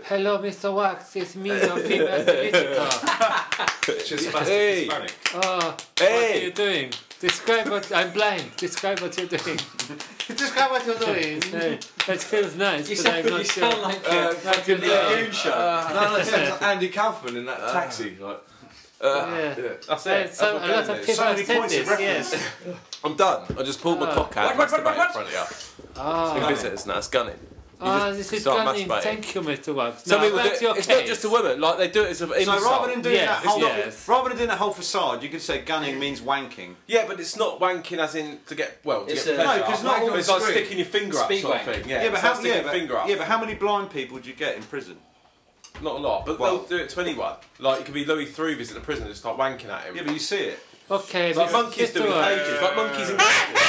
Speaker 4: Hello, Mr. Wax. It's me, your female solicitor.
Speaker 5: she's Sebastian
Speaker 1: Hey.
Speaker 5: Hispanic.
Speaker 4: Oh, what are you
Speaker 1: Hey,
Speaker 4: doing? Describe what I'm blind. Describe what you're doing.
Speaker 6: Describe what you're doing.
Speaker 4: Uh, that feels nice,
Speaker 3: You
Speaker 4: but I'm <laughs>
Speaker 3: sound, you
Speaker 4: not sure.
Speaker 3: sound like uh,
Speaker 4: fucking
Speaker 3: Lagoon Show.
Speaker 5: no, no, it sounds like Andy Kaufman in that uh, taxi. Like,
Speaker 4: yeah.
Speaker 5: yeah.
Speaker 1: that's
Speaker 4: Uh,
Speaker 1: it. That's
Speaker 4: so,
Speaker 1: what
Speaker 4: a lot
Speaker 1: gunning
Speaker 4: of
Speaker 1: is.
Speaker 4: people
Speaker 2: So many
Speaker 4: have said
Speaker 2: points of
Speaker 4: this. Yes.
Speaker 1: I'm done. I just pulled my
Speaker 4: Ah.
Speaker 1: cock out.
Speaker 3: What, what, what,
Speaker 1: masturbated
Speaker 3: what,
Speaker 1: in front of you.
Speaker 4: Ah,
Speaker 1: In visitors, and that's gunning.
Speaker 4: ah,
Speaker 1: just
Speaker 4: this is
Speaker 1: start
Speaker 4: gunning.
Speaker 1: masturbating.
Speaker 4: Thank you, Mr. Wax.
Speaker 1: Some
Speaker 4: Now,
Speaker 1: people
Speaker 4: that's
Speaker 1: do-
Speaker 4: your
Speaker 1: it's
Speaker 4: case.
Speaker 1: not just a woman. Like they do it as an
Speaker 2: So
Speaker 1: insult.
Speaker 2: rather than doing
Speaker 4: Yes,
Speaker 2: that whole
Speaker 4: yes.
Speaker 2: rather than doing that whole facade, you could say gunning means wanking.
Speaker 1: yeah, but it's not wanking as in to get well to
Speaker 3: It's
Speaker 1: get
Speaker 3: a-
Speaker 1: pleasure.
Speaker 2: No, 'cause not
Speaker 1: But
Speaker 2: all
Speaker 1: it's like
Speaker 2: screen.
Speaker 1: sticking your finger up
Speaker 3: Speed
Speaker 1: sort of
Speaker 3: wank.
Speaker 1: thing. Yeah,
Speaker 2: yeah, but
Speaker 1: it's like
Speaker 2: how,
Speaker 1: sticking
Speaker 2: yeah,
Speaker 1: your
Speaker 2: but,
Speaker 1: finger up.
Speaker 2: yeah, but how many blind people do you get in prison?
Speaker 1: Not a lot, but
Speaker 2: Well-
Speaker 1: they'll do it to anyone. Like it could be Louis Threeves at the prison and start wanking at him.
Speaker 2: Yeah, but you see it.
Speaker 4: Okay,
Speaker 1: like
Speaker 4: Mr.
Speaker 1: monkeys doing
Speaker 4: Wax.
Speaker 1: cages, like <laughs> monkeys in cages.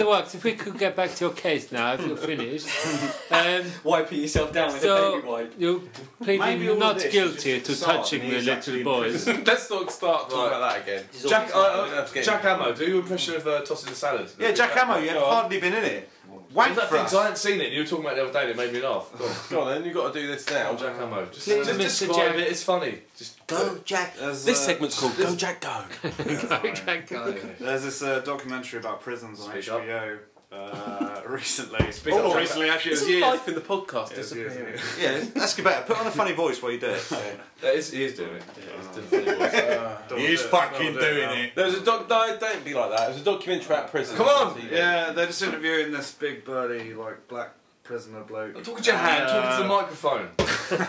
Speaker 4: Mr. Wax, if we could get back to your case now, if you're finished. um,
Speaker 3: Wiping yourself down with a baby
Speaker 4: so,
Speaker 3: wipe.
Speaker 4: you
Speaker 2: Maybe all
Speaker 4: pleaded
Speaker 2: of
Speaker 4: not
Speaker 2: this is
Speaker 4: guilty
Speaker 2: just
Speaker 4: to
Speaker 2: facade
Speaker 4: touching
Speaker 2: and
Speaker 4: the
Speaker 2: he's actually
Speaker 4: little
Speaker 1: <laughs>
Speaker 2: in
Speaker 4: boys.
Speaker 1: Let's not start talking about that again.
Speaker 3: This is all
Speaker 5: Jack,
Speaker 3: fixed.
Speaker 5: uh, uh, Jack Ammo, do your impression of uh, tossing the salad.
Speaker 2: Yeah, Jack Ammo, you've
Speaker 1: Go on.
Speaker 2: hardly been in it.
Speaker 5: Wait
Speaker 2: Wank
Speaker 5: that
Speaker 2: for
Speaker 5: thing,
Speaker 2: us.
Speaker 5: 'cause I hadn't seen it. and You were talking about it the other day. and It made me laugh. Go on.
Speaker 1: Go on then, you've got to do this now.
Speaker 5: Oh, Jack Ammo. Just,
Speaker 4: Please, Mr.
Speaker 5: just describe
Speaker 4: Jack.
Speaker 5: it. It's funny. Just
Speaker 8: Go, Jack.
Speaker 2: uh,
Speaker 1: This segment's called Go Jack Go.
Speaker 2: <laughs>
Speaker 7: There's this uh, documentary about prisons on
Speaker 5: Speak up.
Speaker 7: HBO uh, recently. Speak
Speaker 1: up,
Speaker 7: not
Speaker 1: Jack.
Speaker 7: recently, actually, it was
Speaker 1: Isn't
Speaker 7: years.
Speaker 1: life in the podcast
Speaker 7: It was
Speaker 1: disappearing?
Speaker 7: years ago.
Speaker 2: Yeah, that's good better. Put on a funny voice while you do it.
Speaker 5: that is, he is doing it.
Speaker 7: <laughs> Don't
Speaker 2: He's
Speaker 7: do it.
Speaker 2: fucking
Speaker 7: Don't do
Speaker 2: doing
Speaker 7: now.
Speaker 2: it.
Speaker 1: There was a doc. No, don't be like that. It was a documentary about prison.
Speaker 5: Come on!
Speaker 7: Yeah, they're just interviewing this big burly, like, black prisoner bloke. Uh,
Speaker 5: I'm talking to your hand. talking to the microphone.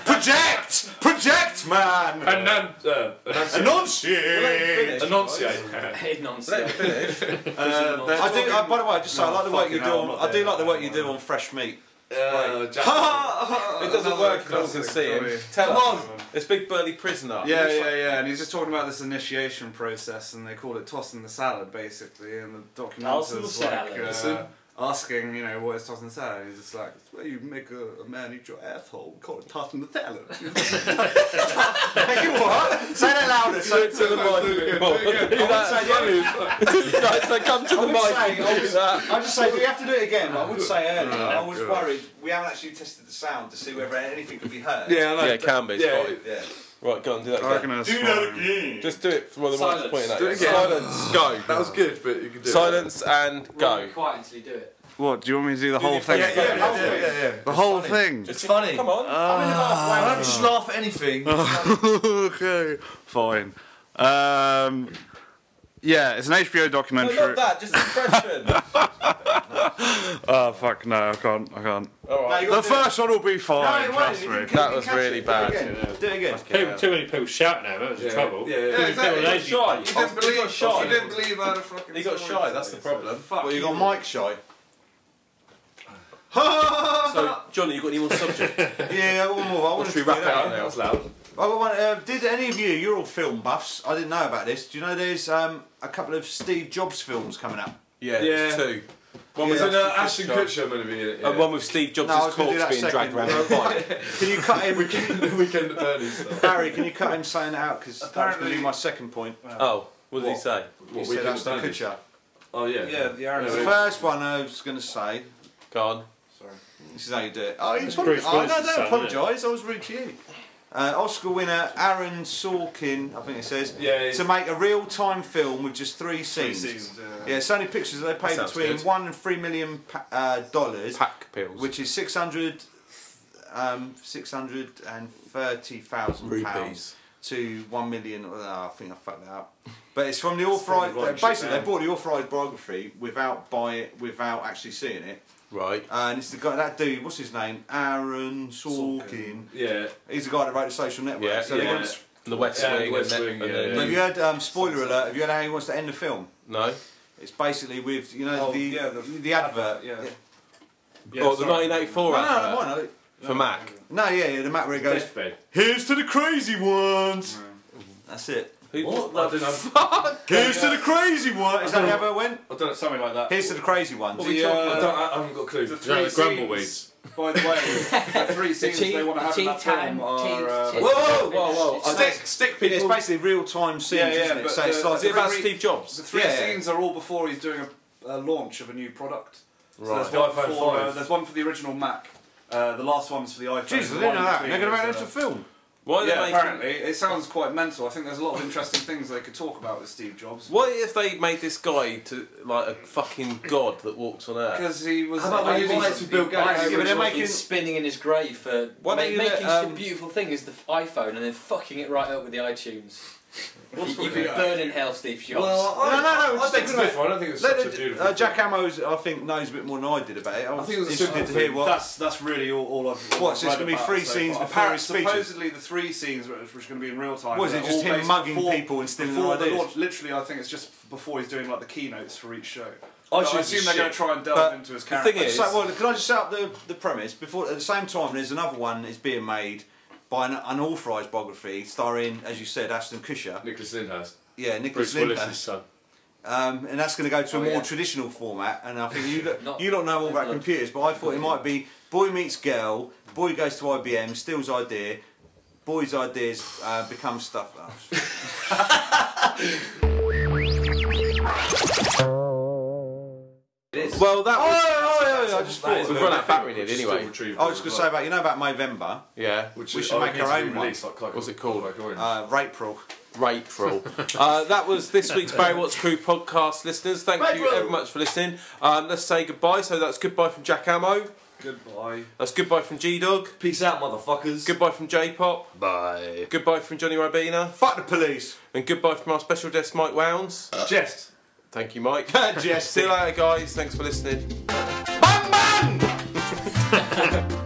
Speaker 2: Project! Project, man!
Speaker 5: And then uh,
Speaker 7: <laughs>
Speaker 5: enunciate.
Speaker 2: Enunciate!
Speaker 5: enunciate.
Speaker 3: Head nonsense.
Speaker 1: Let me <laughs> finish.
Speaker 7: Uh, they're
Speaker 2: I do. I, by the way, I just say I like the work you
Speaker 7: fucking
Speaker 2: do.
Speaker 7: hell, I'm
Speaker 2: On,
Speaker 7: not
Speaker 2: I do
Speaker 7: there.
Speaker 2: like the work you do on fresh meat.
Speaker 5: Uh,
Speaker 7: <laughs>
Speaker 5: Jack.
Speaker 1: It doesn't
Speaker 7: Another
Speaker 1: work if no one can
Speaker 7: classic
Speaker 1: see him.
Speaker 7: story.
Speaker 1: Tell
Speaker 5: Come
Speaker 1: us.
Speaker 5: on.
Speaker 1: This big burly prisoner.
Speaker 7: Yeah, yeah, yeah. And he's just talking about this initiation process, and they call it tossing the salad, basically. And the
Speaker 3: Tossing the
Speaker 7: documentary's
Speaker 3: salad.
Speaker 7: like uh, asking, you know, what is tossing the salad? And he's just like, it's where you make a, a man eat your asshole. We call it tossing the
Speaker 5: <laughs>
Speaker 7: salad.
Speaker 2: what? Say that louder. So
Speaker 1: To the mic. Come on. Do <laughs> that. No, so come to the
Speaker 2: would
Speaker 1: mic
Speaker 2: say-
Speaker 1: and do that.
Speaker 2: I just say we have to do it again. but I would say earlier. I was
Speaker 7: God.
Speaker 2: worried. We haven't actually tested the sound to see whether anything could be heard.
Speaker 7: yeah,
Speaker 1: Yeah, it can be. it's
Speaker 5: Yeah.
Speaker 1: fine.
Speaker 2: Yeah.
Speaker 1: Right, go on, do that
Speaker 7: I
Speaker 1: again.
Speaker 7: reckon I was
Speaker 2: Do that
Speaker 7: fine.
Speaker 2: again.
Speaker 1: Just do it from where the mic's
Speaker 3: Silence.
Speaker 1: pointing at
Speaker 7: Do
Speaker 1: you.
Speaker 7: it again.
Speaker 1: Silence, go.
Speaker 5: was good, but you can do
Speaker 1: Silence and go.
Speaker 3: Quiet until you do it.
Speaker 7: What, do you want me to do the whole thing?
Speaker 2: Yeah, yeah, yeah, yeah, yeah.
Speaker 7: The whole thing? <laughs>
Speaker 2: It's funny.
Speaker 1: Come on.
Speaker 2: I don't just laugh at anything.
Speaker 7: okay, fine. Um, yeah, it's an HBO
Speaker 1: No,
Speaker 7: documentary.
Speaker 1: not that, just impression.
Speaker 7: Oh fuck no, I can't, I can't.
Speaker 1: Alright.
Speaker 7: The first one will be fine.
Speaker 2: No, it won't.
Speaker 7: trust
Speaker 2: You
Speaker 7: me.
Speaker 2: can-
Speaker 1: That
Speaker 2: you
Speaker 1: was
Speaker 2: can
Speaker 1: really
Speaker 2: catch it.
Speaker 1: bad.
Speaker 2: Do it again. Do it
Speaker 4: People, too many people shouting at him, that was the
Speaker 5: Yeah.
Speaker 4: trouble.
Speaker 5: Yeah, yeah.
Speaker 4: People
Speaker 1: He got
Speaker 4: lazy.
Speaker 1: shy. He
Speaker 7: didn't believe-
Speaker 1: got
Speaker 7: You didn't
Speaker 1: shy.
Speaker 7: believe I had a fucking.
Speaker 1: He got
Speaker 7: story
Speaker 1: shy, that's the
Speaker 7: today,
Speaker 1: problem.
Speaker 2: again. Well, you got Mike shy.
Speaker 1: So, Johnny, you got any more subject?
Speaker 2: Yeah, one more. I want
Speaker 1: Should we
Speaker 2: to
Speaker 1: wrap it up
Speaker 5: That
Speaker 1: now?
Speaker 5: was loud.
Speaker 2: I got one. Uh, did any of you? You're all film buffs. I didn't know about this. Do you know there's um, a couple of Steve Jobs films coming up?
Speaker 1: Yeah, there's
Speaker 5: Yeah.
Speaker 1: two. One
Speaker 5: Was
Speaker 1: with
Speaker 5: it uh, Ashton
Speaker 1: Ashton Kutcher.
Speaker 5: Kutcher going to be in it?
Speaker 1: And one with Steve Jobs'
Speaker 2: No, I was gonna do
Speaker 1: corpse
Speaker 2: that
Speaker 1: being dragged
Speaker 2: second.
Speaker 1: around a bike.
Speaker 2: <laughs> Can you cut him?
Speaker 5: with <laughs> Weekend at Bernie's
Speaker 7: <laughs>
Speaker 5: stuff.
Speaker 2: Barry, can you cut him saying that out? Because that's going to be
Speaker 7: Apparently-
Speaker 2: my second point.
Speaker 1: <laughs> Oh, what did he
Speaker 2: What?
Speaker 1: say?
Speaker 2: You
Speaker 5: What,
Speaker 2: said
Speaker 5: Weekend
Speaker 2: that's
Speaker 5: at
Speaker 2: the
Speaker 5: Bernie's?
Speaker 2: Kutcher.
Speaker 5: Oh, yeah.
Speaker 7: Yeah, the
Speaker 2: The
Speaker 7: Irish.
Speaker 2: first one I was going to say.
Speaker 1: Go on.
Speaker 2: This is how you do it. Oh, you
Speaker 4: It's
Speaker 2: apologise.
Speaker 4: Bruce
Speaker 2: Oh, no,
Speaker 4: Willis's son,
Speaker 2: don't apologise. I was rude to you. Uh, Oscar winner Aaron Sorkin, I think it says,
Speaker 5: Yeah, he's-
Speaker 2: to make a real-time film with just three
Speaker 7: Three
Speaker 2: scenes.
Speaker 7: seasons. Yeah.
Speaker 2: Yeah, Sony Pictures they paid
Speaker 1: sounds
Speaker 2: between
Speaker 1: good.
Speaker 2: one and three million pa- uh, dollars,
Speaker 1: Pack pills.
Speaker 2: which is six hundred, um, six hundred and thirty thousand pounds
Speaker 1: rupees?
Speaker 2: to one million. Oh, I think I fucked that up. But it's from the
Speaker 5: probably
Speaker 2: authorized.
Speaker 5: right, shit
Speaker 2: basically, they
Speaker 5: down.
Speaker 2: bought the authorized biography without buy it, without actually seeing it.
Speaker 1: Right.
Speaker 2: Uh, and it's the guy that dude. What's his name? Aaron Sorkin.
Speaker 5: Yeah.
Speaker 2: He's the guy that wrote the Social Network.
Speaker 1: Yeah,
Speaker 2: so
Speaker 5: yeah.
Speaker 2: they want to
Speaker 1: The West
Speaker 5: Yeah,
Speaker 1: Wing.
Speaker 5: West
Speaker 1: and
Speaker 5: Wing,
Speaker 1: then, and
Speaker 5: yeah, yeah.
Speaker 1: then,
Speaker 2: Have you heard? Um, spoiler alert. Have you heard how he wants to end the film?
Speaker 1: No.
Speaker 2: It's basically with you know
Speaker 7: Oh,
Speaker 2: the,
Speaker 7: yeah, the-
Speaker 2: the advert.
Speaker 7: Yeah.
Speaker 1: oh, the 1984
Speaker 2: No,
Speaker 1: advert
Speaker 2: no, why not?
Speaker 1: for Mac.
Speaker 2: No, yeah, yeah, the Matt where it goes.
Speaker 5: Deathbed.
Speaker 4: Here's to the crazy ones.
Speaker 2: That's it.
Speaker 1: Who,
Speaker 5: What? I don't know.
Speaker 4: Here's to the crazy ones.
Speaker 2: Is that the advert went?
Speaker 5: I don't know. Something like that.
Speaker 2: Here's to the crazy one.
Speaker 7: Well,
Speaker 5: I,
Speaker 7: we-
Speaker 5: don't, I I haven't got a clue.
Speaker 7: The
Speaker 4: Is that
Speaker 7: three
Speaker 4: the
Speaker 7: scenes,
Speaker 4: grumbleweeds?
Speaker 7: by the way, the three scenes
Speaker 3: cheat-
Speaker 7: they want to have
Speaker 3: the
Speaker 7: in that
Speaker 3: cheat
Speaker 7: film
Speaker 3: time,
Speaker 7: are.
Speaker 3: cheat-
Speaker 7: Uh,
Speaker 3: cheat-
Speaker 1: Whoa, whoa, whoa! I
Speaker 2: Stick,
Speaker 1: don't-
Speaker 2: stick people. It's basically real time scenes,
Speaker 7: Yeah, yeah,
Speaker 2: isn't it?
Speaker 7: but
Speaker 2: So it's
Speaker 7: the-
Speaker 2: like
Speaker 1: Is it about
Speaker 7: Three-
Speaker 1: Steve
Speaker 7: the
Speaker 1: Jobs?
Speaker 7: three
Speaker 2: yeah.
Speaker 7: scenes are all before he's doing a, a launch of a new product. So
Speaker 1: Right.
Speaker 7: there's, one
Speaker 5: The iPhone
Speaker 7: for, uh,
Speaker 5: five.
Speaker 7: there's one for the original Mac. Uh, the last one's for the iPhone.
Speaker 2: Jesus, I
Speaker 7: The
Speaker 2: didn't
Speaker 7: one
Speaker 2: know that.
Speaker 7: between
Speaker 2: They're going to
Speaker 7: is,
Speaker 2: make that
Speaker 7: uh,
Speaker 2: into a film.
Speaker 1: Why are
Speaker 7: Yeah,
Speaker 1: they making?
Speaker 7: apparently it sounds quite mental. I think there's a lot of interesting things they could talk about with Steve Jobs
Speaker 1: What if they made this guy to like a fucking god that walks on earth?
Speaker 7: because he was.
Speaker 2: How about when
Speaker 7: he
Speaker 2: you
Speaker 7: was-
Speaker 2: wanted to build
Speaker 7: he got
Speaker 2: guys?
Speaker 7: over
Speaker 2: Yeah, but they're
Speaker 7: his-
Speaker 2: making-
Speaker 3: He's spinning in his grave for
Speaker 2: Why don't
Speaker 3: ma-
Speaker 2: you
Speaker 3: making
Speaker 2: let,
Speaker 3: some
Speaker 2: um,
Speaker 3: beautiful thing is the iPhone and then fucking it right up with the iTunes. You,
Speaker 7: What's
Speaker 3: <laughs> you
Speaker 7: with the-
Speaker 3: could burn in hell, Steve
Speaker 2: no, no,
Speaker 3: Jobs.
Speaker 2: no.
Speaker 5: I
Speaker 2: just
Speaker 5: think it's
Speaker 2: think
Speaker 5: different. I don't think it's
Speaker 2: about
Speaker 5: such
Speaker 2: it.
Speaker 5: a
Speaker 2: Let it-
Speaker 5: beautiful.
Speaker 2: uh, Jack Amos, I think, knows a bit more than I did about it. I was
Speaker 7: think it was a
Speaker 2: interested to
Speaker 7: simple
Speaker 2: hear what.
Speaker 7: That's that's really all, all I've. all
Speaker 2: What,
Speaker 7: I've
Speaker 2: so it's
Speaker 7: read
Speaker 2: gonna be
Speaker 7: about
Speaker 2: three
Speaker 7: so
Speaker 2: scenes
Speaker 7: far.
Speaker 2: with
Speaker 7: I thought
Speaker 2: Paris speeches?
Speaker 7: Supposedly the three scenes were, were going to be in real time.
Speaker 2: Was it
Speaker 7: They're
Speaker 2: just
Speaker 7: all
Speaker 2: him
Speaker 7: based
Speaker 2: mugging
Speaker 7: before-
Speaker 2: people and stealing
Speaker 7: before the
Speaker 2: ideas?
Speaker 7: launch? Literally, I think it's just before he's doing like the keynotes for each show.
Speaker 2: I
Speaker 7: But I
Speaker 2: choose
Speaker 7: assume
Speaker 2: this
Speaker 7: they're
Speaker 2: shit.
Speaker 7: going to try and delve
Speaker 2: But
Speaker 7: into his
Speaker 1: thing
Speaker 7: character.
Speaker 1: is-
Speaker 2: So, well, can I just set up the, the premise? Before at the same time, there's another one that's being made by an unauthorised biography starring, as you said, Ashton Kutcher.
Speaker 5: Nicholas Lindhurst.
Speaker 2: Yeah, Nicholas
Speaker 4: Bruce Willis's
Speaker 2: Lindhurst.
Speaker 4: son.
Speaker 2: Um, and that's going to go to a
Speaker 3: Oh,
Speaker 2: more
Speaker 3: yeah.
Speaker 2: traditional format. And I think you lot-
Speaker 3: Not-
Speaker 2: you don't know all about
Speaker 3: not-
Speaker 2: computers, but I thought it might be boy meets girl, boy goes to IBM, steals idea, boy's ideas uh, become stuff. <laughs> Oh,
Speaker 1: Well, that was.
Speaker 2: oh, oh, I just
Speaker 5: That
Speaker 2: thought.
Speaker 5: is
Speaker 1: We've
Speaker 5: a
Speaker 1: run out
Speaker 5: film
Speaker 1: of battery
Speaker 5: which
Speaker 1: in it
Speaker 5: is
Speaker 1: anyway. Oh,
Speaker 5: still retrievable
Speaker 2: I was going
Speaker 5: as
Speaker 2: to
Speaker 5: well.
Speaker 2: say about you know about Movember,
Speaker 1: Yeah.
Speaker 5: Which
Speaker 2: we
Speaker 5: is-
Speaker 2: should
Speaker 5: I
Speaker 2: make
Speaker 5: think
Speaker 2: our
Speaker 5: it's
Speaker 2: own
Speaker 5: been
Speaker 2: one.
Speaker 5: released, like, quite-
Speaker 1: What's it called?
Speaker 5: quite good.
Speaker 2: uh, Rapril.
Speaker 1: April. uh, that was this week's Barry Watts Crew podcast, listeners. Thank you very much for listening. Um, let's say goodbye. So that's goodbye from Jack Ammo.
Speaker 7: Goodbye.
Speaker 1: That's goodbye from G Dog.
Speaker 8: Peace out, motherfuckers.
Speaker 1: Goodbye from J Pop.
Speaker 4: Bye.
Speaker 1: Goodbye from Johnny Robina.
Speaker 2: Fuck the police.
Speaker 1: And goodbye from our special guest, Mike Wounds.
Speaker 5: Jest.
Speaker 1: Thank you,
Speaker 2: <laughs>
Speaker 1: Mike.
Speaker 2: Jess,
Speaker 1: See you later, guys. Thanks for listening.
Speaker 2: Bang bang.